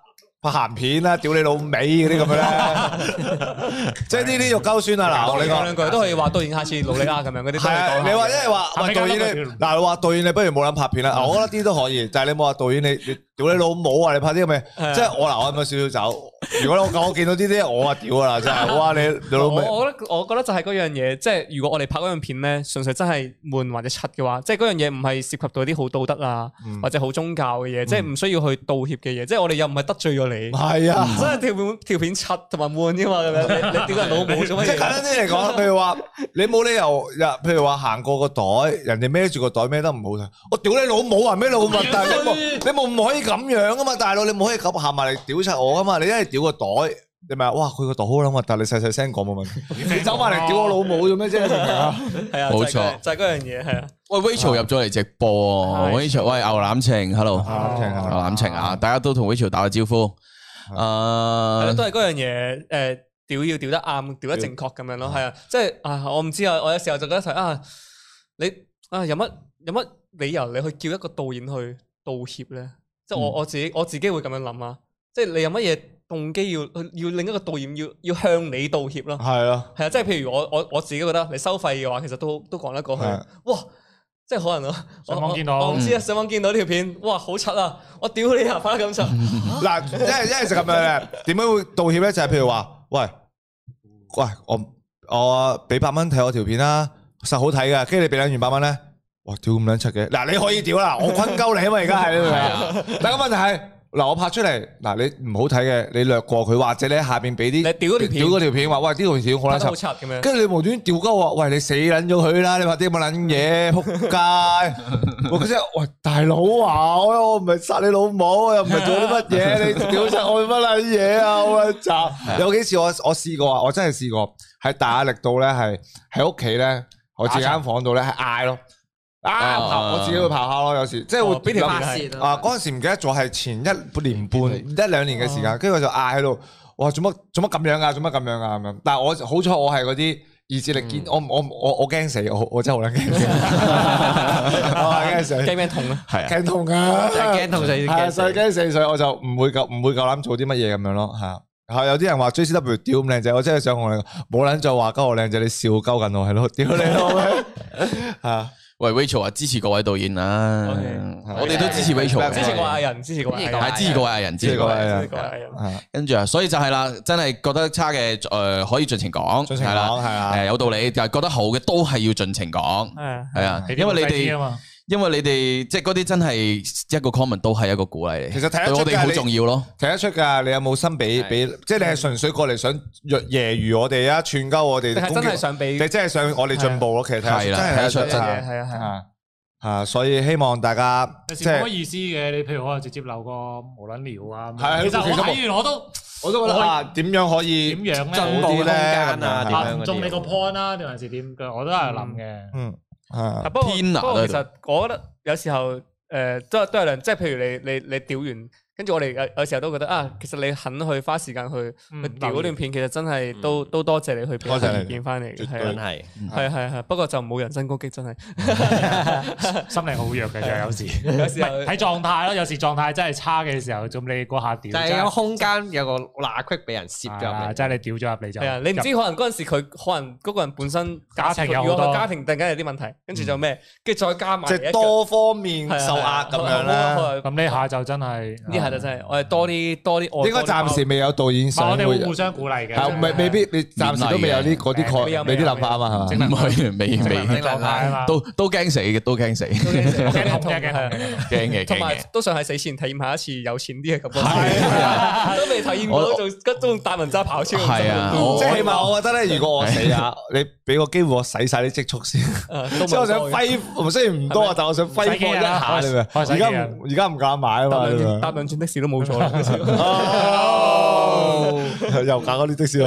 拍鹹片啦，屌你老味嗰啲咁樣 咧，即係呢啲肉鳩酸啊！嗱，我
你
你
講
講
兩。句都可以話導演下次努力啦咁樣嗰啲都可以
係啊，
講下
你話因為話
係
喂
咪
導演
加多
你
句
嗱話導演你不如冇諗拍片
嗯
啦，我覺得啲都可以，但係你冇話導演你你屌你老母啊！你拍啲咁
係
嘅，
啊
即係我嗱我有少少走。如果我我見到呢啲我啊屌啊啦，真係哇你你老味
我我覺得我覺得就係嗰樣嘢，即係如果我哋拍嗰樣片咧，純粹真係悶或者柒嘅話，即係嗰樣嘢唔係涉及到啲好道德啊，
嗯
或者好宗教嘅嘢，即係唔需要去道歉嘅嘢，即係我哋又唔係得罪咗你，
係啊。
真係條片條片柒同埋悶啫嘛，咁樣你你屌人老母做乜
即係簡
嘢？
單啲嚟講，譬如話你冇理由，譬如話行過個袋，人哋孭住個袋孭得唔好睇，我屌你老母啊，孭到咁核突，你冇你冇唔可以咁樣噶嘛，大佬你唔可以咁行埋嚟屌柒我噶嘛，你一係屌個袋，你咪話哇佢個袋好撚核突，你細細聲講冇問題，你走埋嚟屌我老母做咩啫？明唔明啊
係啊，
冇
就係
錯
就係嗰樣嘢係啊，
喂，Rachel 入咗嚟直播喎
係
，Rachel，喂，牛腩情，hello，
啊聽下
牛腩情啊，大家都同 Rachel 打個招呼，啊
係咯
誒
都，係嗰樣嘢誒。屌要屌得啱，屌得正確咁樣咯，係啊，即係啊，我唔知啊，我有時候就覺得係啊，你啊有乜有乜理由你去叫一個導演去道歉咧？
嗯
即係我我自己我自己會咁樣諗啊，即係你有乜嘢動機要要另一個導演要要向你道歉咯？
係啊，
係啊，即係譬如我我我自己覺得你收費嘅話，其實都都講得過去
係。
哇！即係可能我
上網
我
見到
我唔知啊，上網見到呢條片，哇好柒啊！我屌你啊，拍得咁柒，
嗱，一係一係就咁樣嘅，點樣會道歉咧？就係譬如話，喂喂，我我俾百蚊睇我條片啦，實好睇噶，跟住你俾兩元百蚊咧，哇，屌咁撚柒嘅，嗱你可以屌 啦，我坤鳩你啊嘛，而家係你明唔明啊？但係個問題係，嗱我拍出嚟，嗱你唔好睇嘅，你略過佢，或者你喺下邊俾啲
你屌嗰條片
屌嗰條片話，喂呢條片好
拍
撚
得好
柒。
柒咁 樣。
跟住你無端端掉鳩我，喂你死撚咗佢啦！你拍啲咁嘅撚嘢，仆街！我嗰陣喂大佬啊，我我唔係殺你老母，我又唔係做啲乜 嘢，你屌柒我乜撚嘢啊！好撚雜。有幾次我我試過啊，我真係試過喺大壓力度咧，係喺屋企咧，我自己間房度咧係嗌咯，啊
啊
咆我自己會咆哮咯，有時即係
哦
會
邊條
諗
發泄
啊！嗰陣時唔記得咗係前一年半一兩年嘅時間，跟住我就嗌喺度，哇！做乜做乜咁樣啊？做乜咁樣啊？咁樣。但係我好彩我係嗰啲意志力堅，我我我我驚死，我我真係好撚驚死，我係驚
驚
死，
咩痛啊？
係啊，
驚痛啊！
就係驚痛就要
係
驚
啊，所以
死。
驚四歲我就唔會夠唔會夠膽做啲乜嘢咁樣咯，係啊。係有啲人話 JCW 屌咁靚仔，我真係想同你講，冇撚再話鳩我靚仔，你笑鳩緊我係咯，屌你老味，係啊，
喂，Rachel 啊，支持各位導演啊，
OK
我哋都支持 Rachel，
支持個藝人，支持個藝人，
係支持各位啊藝人，支
呢
持各
個
位。
支持
係
個藝人。
啊，
跟住啊，所以就係啦，真係覺得差嘅，誒可以盡情講，
盡情
係啦
講，係啊
誒有道理，但係覺得好嘅都係要盡情講，
係
係啊，
啲
因為你
好睇啲啊
哋
嘛，
因為你哋即係嗰啲真係一個 comment 都係一個鼓勵嚟，
其實睇得
對
出㗎
我哋好重要咯。
睇得出㗎，你有冇心俾俾？即係你係純粹過嚟想揶揄我哋啊，串鳩我哋，
定係真
攻
係
擊
想
你
俾
真係想我哋進步咯。其實睇
係
得出真係睇得出
啦睇得出
真
係啊
係
係啊係啊
啊啊！所以希望大家
有時
即
冇乜
係
意思嘅。你譬如我直接留個無撚聊啊，
係
其實
其實
我睇完我都
我都覺得啊，點樣可以
點樣
進
咧？
步嘅
好啲
空
呢
間啊，
咁樣
點樣
唔
嗰
中你個
啲
point 啦，定還是點嘅？我都係諗嘅。
嗯啊
啊不過
偏啊
不過
都係
其實我覺得有時候誒、呃都係都係兩，即係譬如你你你屌完，跟住我哋有有時候都覺得啊，其實你肯去花時間去
嗯
去調嗰段片，其實真係都
嗯
都多謝你去俾
多謝你
意見翻嚟嘅，
絕
係
真
啊
係
係係係，不過就冇人身攻擊，真係
心理好弱嘅，就有時
有時候
唔係睇狀態咯。有時狀態真係差嘅時候，咁你嗰下
就
屌
係
真
有
係
空間有個罅隙俾人攝咗入
啊
嚟，
真係你屌咗入嚟就
係啊，你唔知可能嗰陣時佢可能嗰個人本身
家庭有好多嗯
如果佢家庭突然間有啲問題，跟住就咩，跟住再加埋
即
一腳
係多方面
係啊
受壓咁樣
係
啦。
啊
咁呢下就嗯真係
呢下就真係我哋多啲多啲愛。
應該暫 時未有導演
唔係
想
我哋
會
會互相鼓勵
係
嘅，
未 未必，你暫時都未有呢嗰啲概，
未有
你啲諗法啊嘛，係嘛？
唔係未
正
未
能量
狀態啊嘛，
都都惊死嘅，都惊死，惊
我
多
驚
啲
痛嘅，
係啊
驚嘅
嘅，
同
驚
埋
嘅。
都想喺死前體驗下一次有錢啲嘅感覺，
係啊
都未體驗
我
過，仲仲大文揸跑車，
係啊 我
即係起碼我覺得咧，如果我死啊，你俾個機會我使晒啲積蓄先。
啊誒都
即係我想
冇所
揮
謂
霍，雖然唔多啊，但我想揮霍一下你咪。
開始
而
嘅
家唔而家唔敢買啊
搭
嘛，
兩
你
轉搭
咪
兩轉的士都冇 咗啦，
哦， 又搞嗰啲的士 佬。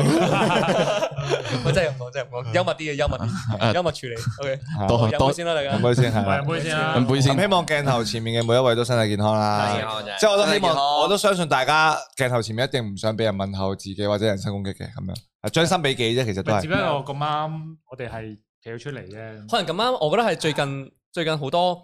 我真係唔講，真係唔講，幽默啲嘅幽默
嗯
啲，幽默處理。OK，
多
好飲
多
杯先啦，大家
唔。好意思，係
飲
啦。
杯先啦
咁。杯先
咁，希望鏡頭前面嘅每一位都身體健康
身體健
啦。
康真係啊
即係我都希
身體健康
望，我都相信大家鏡頭前面一定唔想俾人問候自己或者人身攻擊嘅咁樣，啊將心比己啫，其實都
咪只不
係。
過咁啱，我哋係企咗出嚟啫。
可能咁啱，我覺得係最近最近好多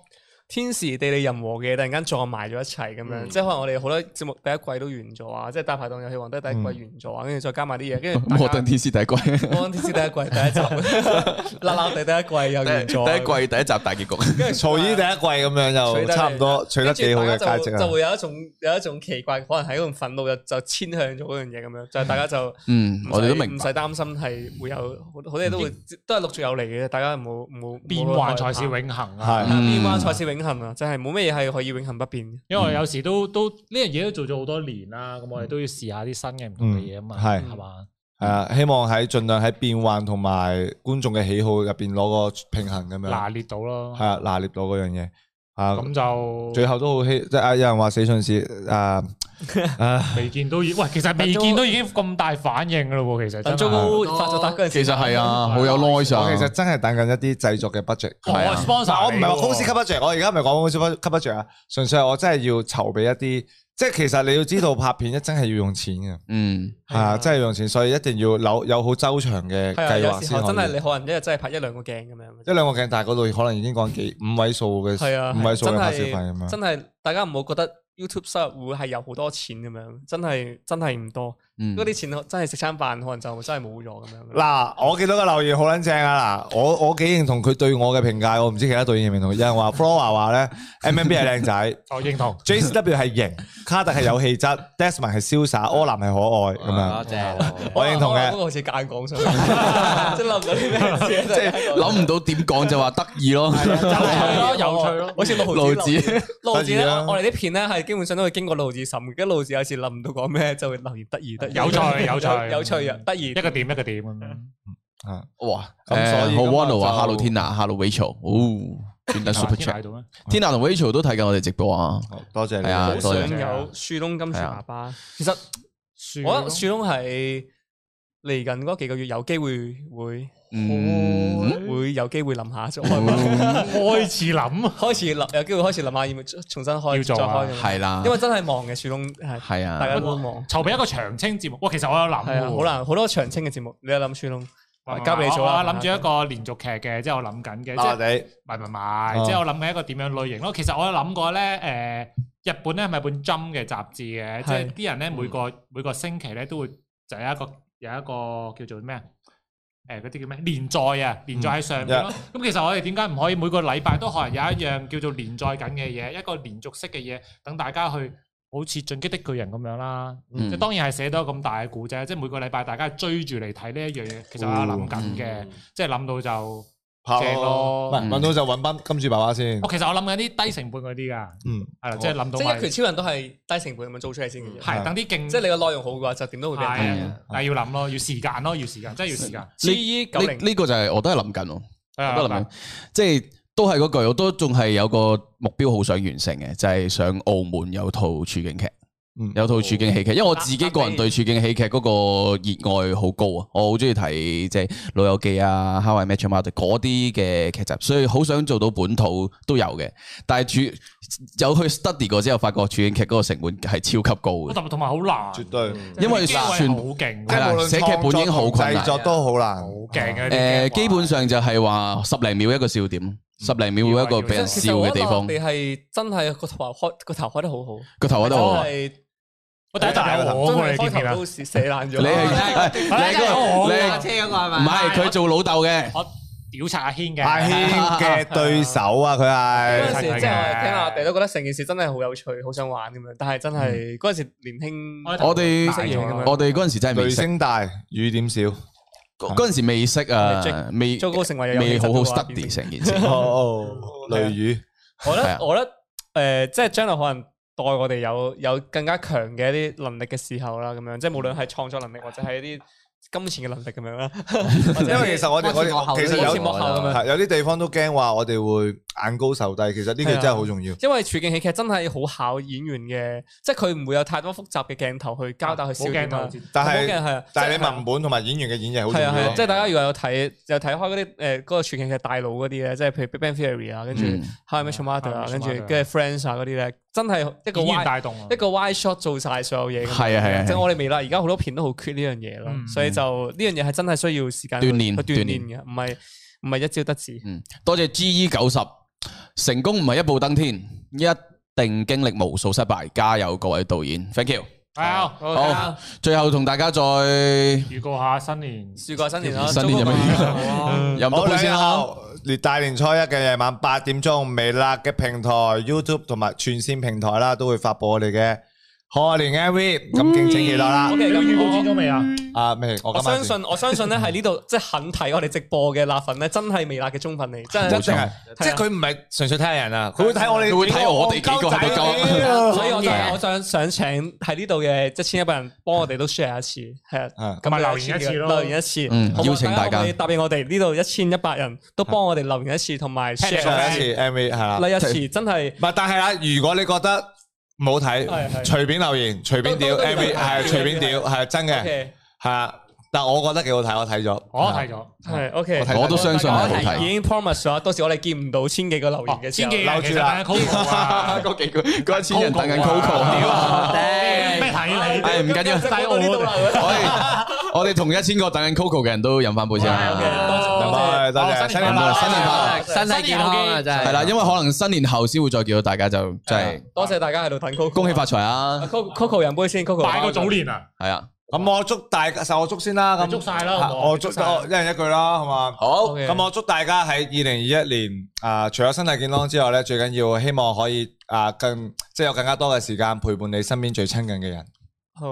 天時地利人和嘅，突然間撞埋咗一齊咁樣，
嗯
即係可能我哋好多節目第一季都完咗啊，即係大排檔遊戲王都係第一季完咗啊，跟住再加埋啲嘢，跟 住
摩登天師第一季，
我天時第一季第一集，啦啦地第一季又
第一
完咗，
季第一集大結局，
跟住
曹姨第一季咁樣就差唔多取得幾好嘅價值
跟住大家就
啊
就！會有一種有一種奇怪，可能喺嗰種憤怒就就遷向咗嗰樣嘢咁樣，就係大家就。
嗯，我哋都
唔
明
使
白。
擔心係會有好好多嘢都會都係陸續有嚟嘅，大家唔好唔好
變幻才是永恒啊！
係
啊！變幻才是永恆啊！真係冇咩嘢係可以永恆不變嘅。
因為有時都都呢樣嘢都做咗好多年啦，咁我哋都要試下啲新嘅唔同嘅嘢啊嘛，
嗯係
係嘛？
係啊，希望喺盡量喺變幻同埋觀眾嘅喜好入邊攞個平衡咁樣。
拿捏到咯
系，啊，拿捏到嗰樣嘢啊。
咁就
最後都好希，即系有人話死信士 啊，啊
未見到已，喂，其實未見到已經咁大反應噶咯喎，其實真
等糟
係。
糕發咗達嗰陣
其
時，
實係啊，好有 noise
我
啊。
其實真係等緊一啲製作嘅 budget。
我
係啊
sponsor，
嗱，我唔係話
你喎
公司級 budget，我而家唔係講公司級 budget 啊，純粹係我真係要籌備一啲，即係其實你要知道拍片一真係要用錢嘅，
嗯，
係啊，真係要用錢，所以一定要有有好周詳嘅
係啊，
計
有
劃
時
先
候真
可
係
以嗯
你。可能一日真係拍一兩個鏡咁
一
樣。
兩個鏡，但係嗰度可能已經講幾五位數嘅
係啊，
五位數
真
嘅拍攝費咁
係
樣。
真係大家唔好覺得 YouTube 收入會係有好多錢咁樣，真係真係唔多。
嗯
嗰啲錢真係食餐飯可能就真係冇咗咁樣。
嗱，我見到個留言好撚正啊！嗱，我我幾認同佢對我嘅評價，我唔知其他導演認唔認同。有人話 Flora 話咧 MMB 係靚仔。
我認同。
JCW 係型，卡特係有氣質，Desmond 係瀟灑，柯南係可愛 咁
多
樣。
謝。
我認同
可
嘅
能嗰個好似夾硬講上去，真諗唔到啲咩字啊真係
諗唔到點講就話得意咯，
係咯有趣咯
好似
路
路
子
子路子
得
咧，
意啊
我我哋啲片咧係基本上都會經過路子審嘅，跟住路子有時諗唔到講咩，就會留言得意得意，
有趣有趣
有趣啊，得意
一個點一個點咁樣，
哇！
咁所以今
誒好
日
Wano 啊
就
，Hello Tina，Hello Rachel，哦，原來 Super
啊天
Chat
睇到咩？
Tina 同 Rachel 都睇緊我哋直播啊，
好多謝你。
係啊
好
多啊謝
想有樹窿金樹爸爸。其實
樹
我覺得樹窿係嚟緊嗰幾個月有機會會
嗯，
會有機會諗下再
開始諗啊，
開始諗，有機會開始諗下要唔要重新
要
開再
做啊
開咁樣，
係啦
因，為真係忙嘅樹窿係
係
大
啊，
家都忙。
籌備一個長青節目。哇，其實我有諗
係啊，
喎
好難，好多長青嘅節目，你有諗樹窿，
喂
交俾你做啦。
我我諗住一個連續劇嘅，即係我諗緊嘅，即
多
係
謝你
唔係唔係唔係，即係我諗緊一個點樣類型咯。其實我有諗過咧，誒、日本咧係咪本 Jump 嘅雜誌嘅？即係
係
啲人咧每個每個星期咧都會就有一個有一個叫做咩啊？誒嗰啲叫咩連載啊，連載喺上面咯。咁、其實我哋點解唔可以每個禮拜都可能有一樣叫做連載緊嘅嘢，一個連續式嘅嘢，等大家去好似進擊的巨人咁樣啦。
嗯
即係當然係寫到咁大嘅故仔，即係每個禮拜大家追住嚟睇呢一樣嘢。其實我有諗緊嘅，即係諗到就
拍
正
咯。
咯
唔係揾到就揾班金主爸爸先
哦我。其實我諗緊啲低成本嗰啲㗎，
嗯，
係啦，即係諗到
即係
埋
一拳超人都係低成本咁樣做出嚟先嘅啫。
係等啲勁，
即係你個內容好嘅話，就點都會俾人睇。
係
係
啊
啊，但係要諗咯，要時間咯，要時間，真係要時間。
至於九
呢
零，
呢個就係我都係諗緊喎。
係啊
都諗緊，即係都係嗰句，我都仲係有個目標好想完成嘅，就係、上澳門有套處境劇，
嗯
有套處境喜劇，因為我自己個人對處境喜劇嗰個熱愛好高啊，我好中意睇即係《老友記》啊，《How I Met Your Mother》嗰啲嘅劇集，所以好想做到本土都有嘅。但係處 有去 study 過之後，發覺處境劇嗰個成本係超級高嘅，
同同埋好難，
絕對。
因為
啲機位
全
好勁，
係啦寫劇本已經好困難
製作都好難
好。勁啊嘅。
誒基本上就係話十零秒一個笑點，十零秒一個俾人笑嘅地方
你，係真係個頭開個頭開得好好，
個頭
我
覺得好啊。
係
我第一集有我
真
喎，
係
你見唔見
開
啊
頭？都射爛咗。
你係
係
你係嗰個你係
啊車嗰個係
唔係佢做老豆嘅？
我屌查阿軒嘅，
阿軒嘅對手啊，佢
嗰陣
係
時即係我哋聽下，我哋都覺得成件事真係好有趣，好想玩咁樣。但係真係嗰陣時年輕，
我哋
識嘢咁樣
我哋嗰陣時真係
雷
未識，
聲大雨點少。
嗰嗰陣時未識啊，未
糟糕成為有
未
氣質
好好
嘅話
study 成件事。
哦，雷雨。
我覺
係啊
得我覺得誒，即係將來可能待我哋有有更加強嘅一啲能力嘅時候啦，咁樣即係無論係創作能力或者係一啲金錢嘅能力咁 樣啦。
因為其實我哋我
幕後
哋其實
好
有
似幕後咁樣
係有啲地方都驚話我哋會眼高手低，其實呢句真係好重要。
因為處境喜劇真係好考演員嘅，即係佢唔會有太多複雜嘅鏡頭去交代去笑
冇鏡
點啊
頭。截
但
冇鏡
係
頭係啊
但係
即
你文本同埋演員嘅演繹好重
係啊係
要
啊，
咯
即。係大家如果有睇有睇開嗰啲誒嗰個處境劇大佬嗰啲咧，即係譬如 Big Bang Theory 啊，跟住
嗯
How I Met Your Mother 啊，
How I Met
跟
Your
住
Mother
跟住 Friends 啊嗰啲咧，真係一個
演員
Y
帶動啊
一個 Y shot 做晒所有嘢咁樣。
係啊係啊係啊
即係我哋未啦，而家好多片都好缺呢樣嘢咯，
嗯
所以就呢樣嘢係真係需要時間去
鍛鍊
去鍛鍊嘅，唔係唔係一朝得志。
嗯，多謝 G E 九十，成功唔係一步登天，一定經歷無數失敗，加油各位導演，thank you。
係啊
好，最後同大家再有
預告下新年，嗯
試過新年啦，
新年有咩
祝
預
福啊
唔到
我
杯
兩
先
日
啦。
後，連大年初一嘅夜晚八點鐘，微辣嘅平台、YouTube 同埋串線平台啦，都會發布我哋嘅賀年 MV，咁敬請期待啦。
你個預告剪咗未啊？
啊咩？我
我
今晚
相信我相信咧喺呢度即係肯睇我哋直播嘅辣粉咧，真係微辣嘅中粉嚟，真
一
係啊
定係，即係佢唔係純粹睇人啊，佢會睇我哋，
佢會睇我哋幾個喺度鳩
所以我就
嘢
我想想請喺呢度嘅即係千一百人幫我哋都 share 一次，係啊，
嗯
咁
咪
有
留言一次咯
留言一次，
嗯
好唔好
邀請大家
可唔可以答應我哋呢度一千一百人都幫我哋留言一次，同埋 share
上一
一次，
次 MV 係啦。
留一次，真係
唔係，但係啦，如果你覺得唔好
係
睇，
係
隨便留言，隨便屌
都都都
MV，係
係
隨便屌，係真嘅，
OK，
係啊。但我覺得幾好睇，我睇咗。
我哦睇咗，
係 OK，
睇
我都相信係好
已
睇。
經 promise 咗，到時我哋見唔到千幾個留言
哦
嘅時
千
候，
幾人其實等緊 Coco 啊，
嗰幾個嗰一千人等緊
屌
Coco，
啊
頂
咩睇你？
係唔 緊要。
到呢 度啦，
我哋我哋同一千個等緊 Coco 嘅人都飲翻杯先啦。
唔係多謝，新年快樂，
新年快
身體健康啊，真係
係啦，因為可能新年後先會再見到大家，就即係
多謝大家喺度等 Coco，
恭喜發財啊！
Co- Coco 人杯先，Coco
拜個早年啊，
係啊，
咁我祝大家，實我祝先啦。咁
你祝晒啦好唔好
我祝我一人一句啦，好嘛？
好，
OK
咁我祝大家喺二零二一年啊，除咗身體健康之外咧，最緊要希望可以啊更即係有更加多嘅時間陪伴你身邊最親近嘅人。
好，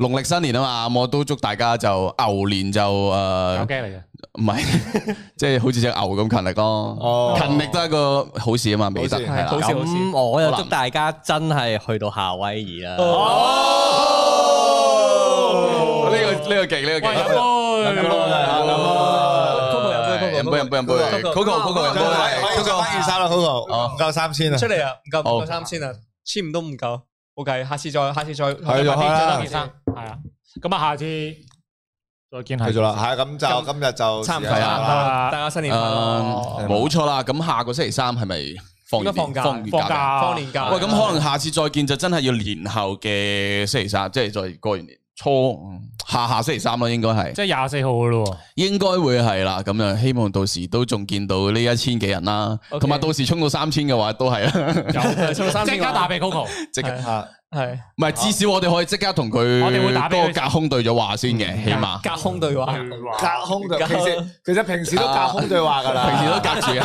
農曆新年啊嘛，咁我都祝大家就牛年就
搞
誒，
機嚟嘅，
唔係， 即係好似只牛咁勤力咯。
哦
勤力都係一個好事啊嘛，美德
好事
係
好
啦。
事好事
咁我又祝大家真係去到夏威夷啦！
呢
哦
個呢個勁，呢個
喂，
勁。
飲杯，
飲杯飲杯
Coco 有
飲杯，Coco Coco 飲
可以可以
杯。
着翻件衫啦，Coco，
哦
唔夠三千啊
出。嚟啊，唔夠唔
好
夠三千啊，千五都唔夠，冇計，下次再下次再
係就開啦
再多件衫
係啊。咁啊，下次再見，
繼續啦，係咁就
咁
今日就
差唔多
係啊嗯
啦。
啦，大家新年快
誒，
樂，
冇錯啦。咁下個星期三係咪放
應該放假
放完
放
假？
假，
放年假，
喂，咁可能下次再見就真係要年後嘅星期三，即係再過完年初嗯下下星期三啦，應該係。
即係廿四號噶咯喎。
應該會係啦，咁樣希望到時都仲見到呢一千幾人啦，
OK
同埋到時衝到三千嘅話都係啦，
有
做三千
即刻打俾 Coco，
即刻
係
啊
係
唔係至少我哋可以即刻同佢
我哋會打俾佢
嗰個隔空對咗話先嘅，起碼
隔空對話。
啊
隔空對，
隔
其實其實平時都隔空對話㗎啦，
平時都隔住嘅，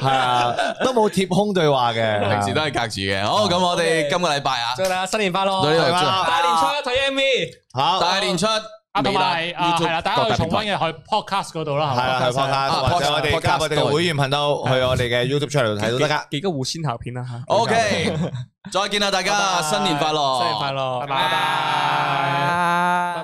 係啊，都冇貼空對話嘅，
平時都係隔住嘅。好，咁我哋今個禮拜啊，
祝大家新年快樂！
到呢度
拜拜
祝
大年初一睇 MV。
好。
大年初一
啊，同埋
微辣
啊，
YouTube
系啦，大家去
各大
重
平
温
台
嘅去 podcast 嗰度啦，
係啦，去 podcast
啊
或者我哋
podcast，
加我哋嘅
podcast
會員頻道，去我哋嘅 YouTube channel 睇都得噶。
幾個狐仙下片啊啦吓。
O K，再見啦，大家，新年快樂，
新年快樂，
拜拜。
啊
拜拜。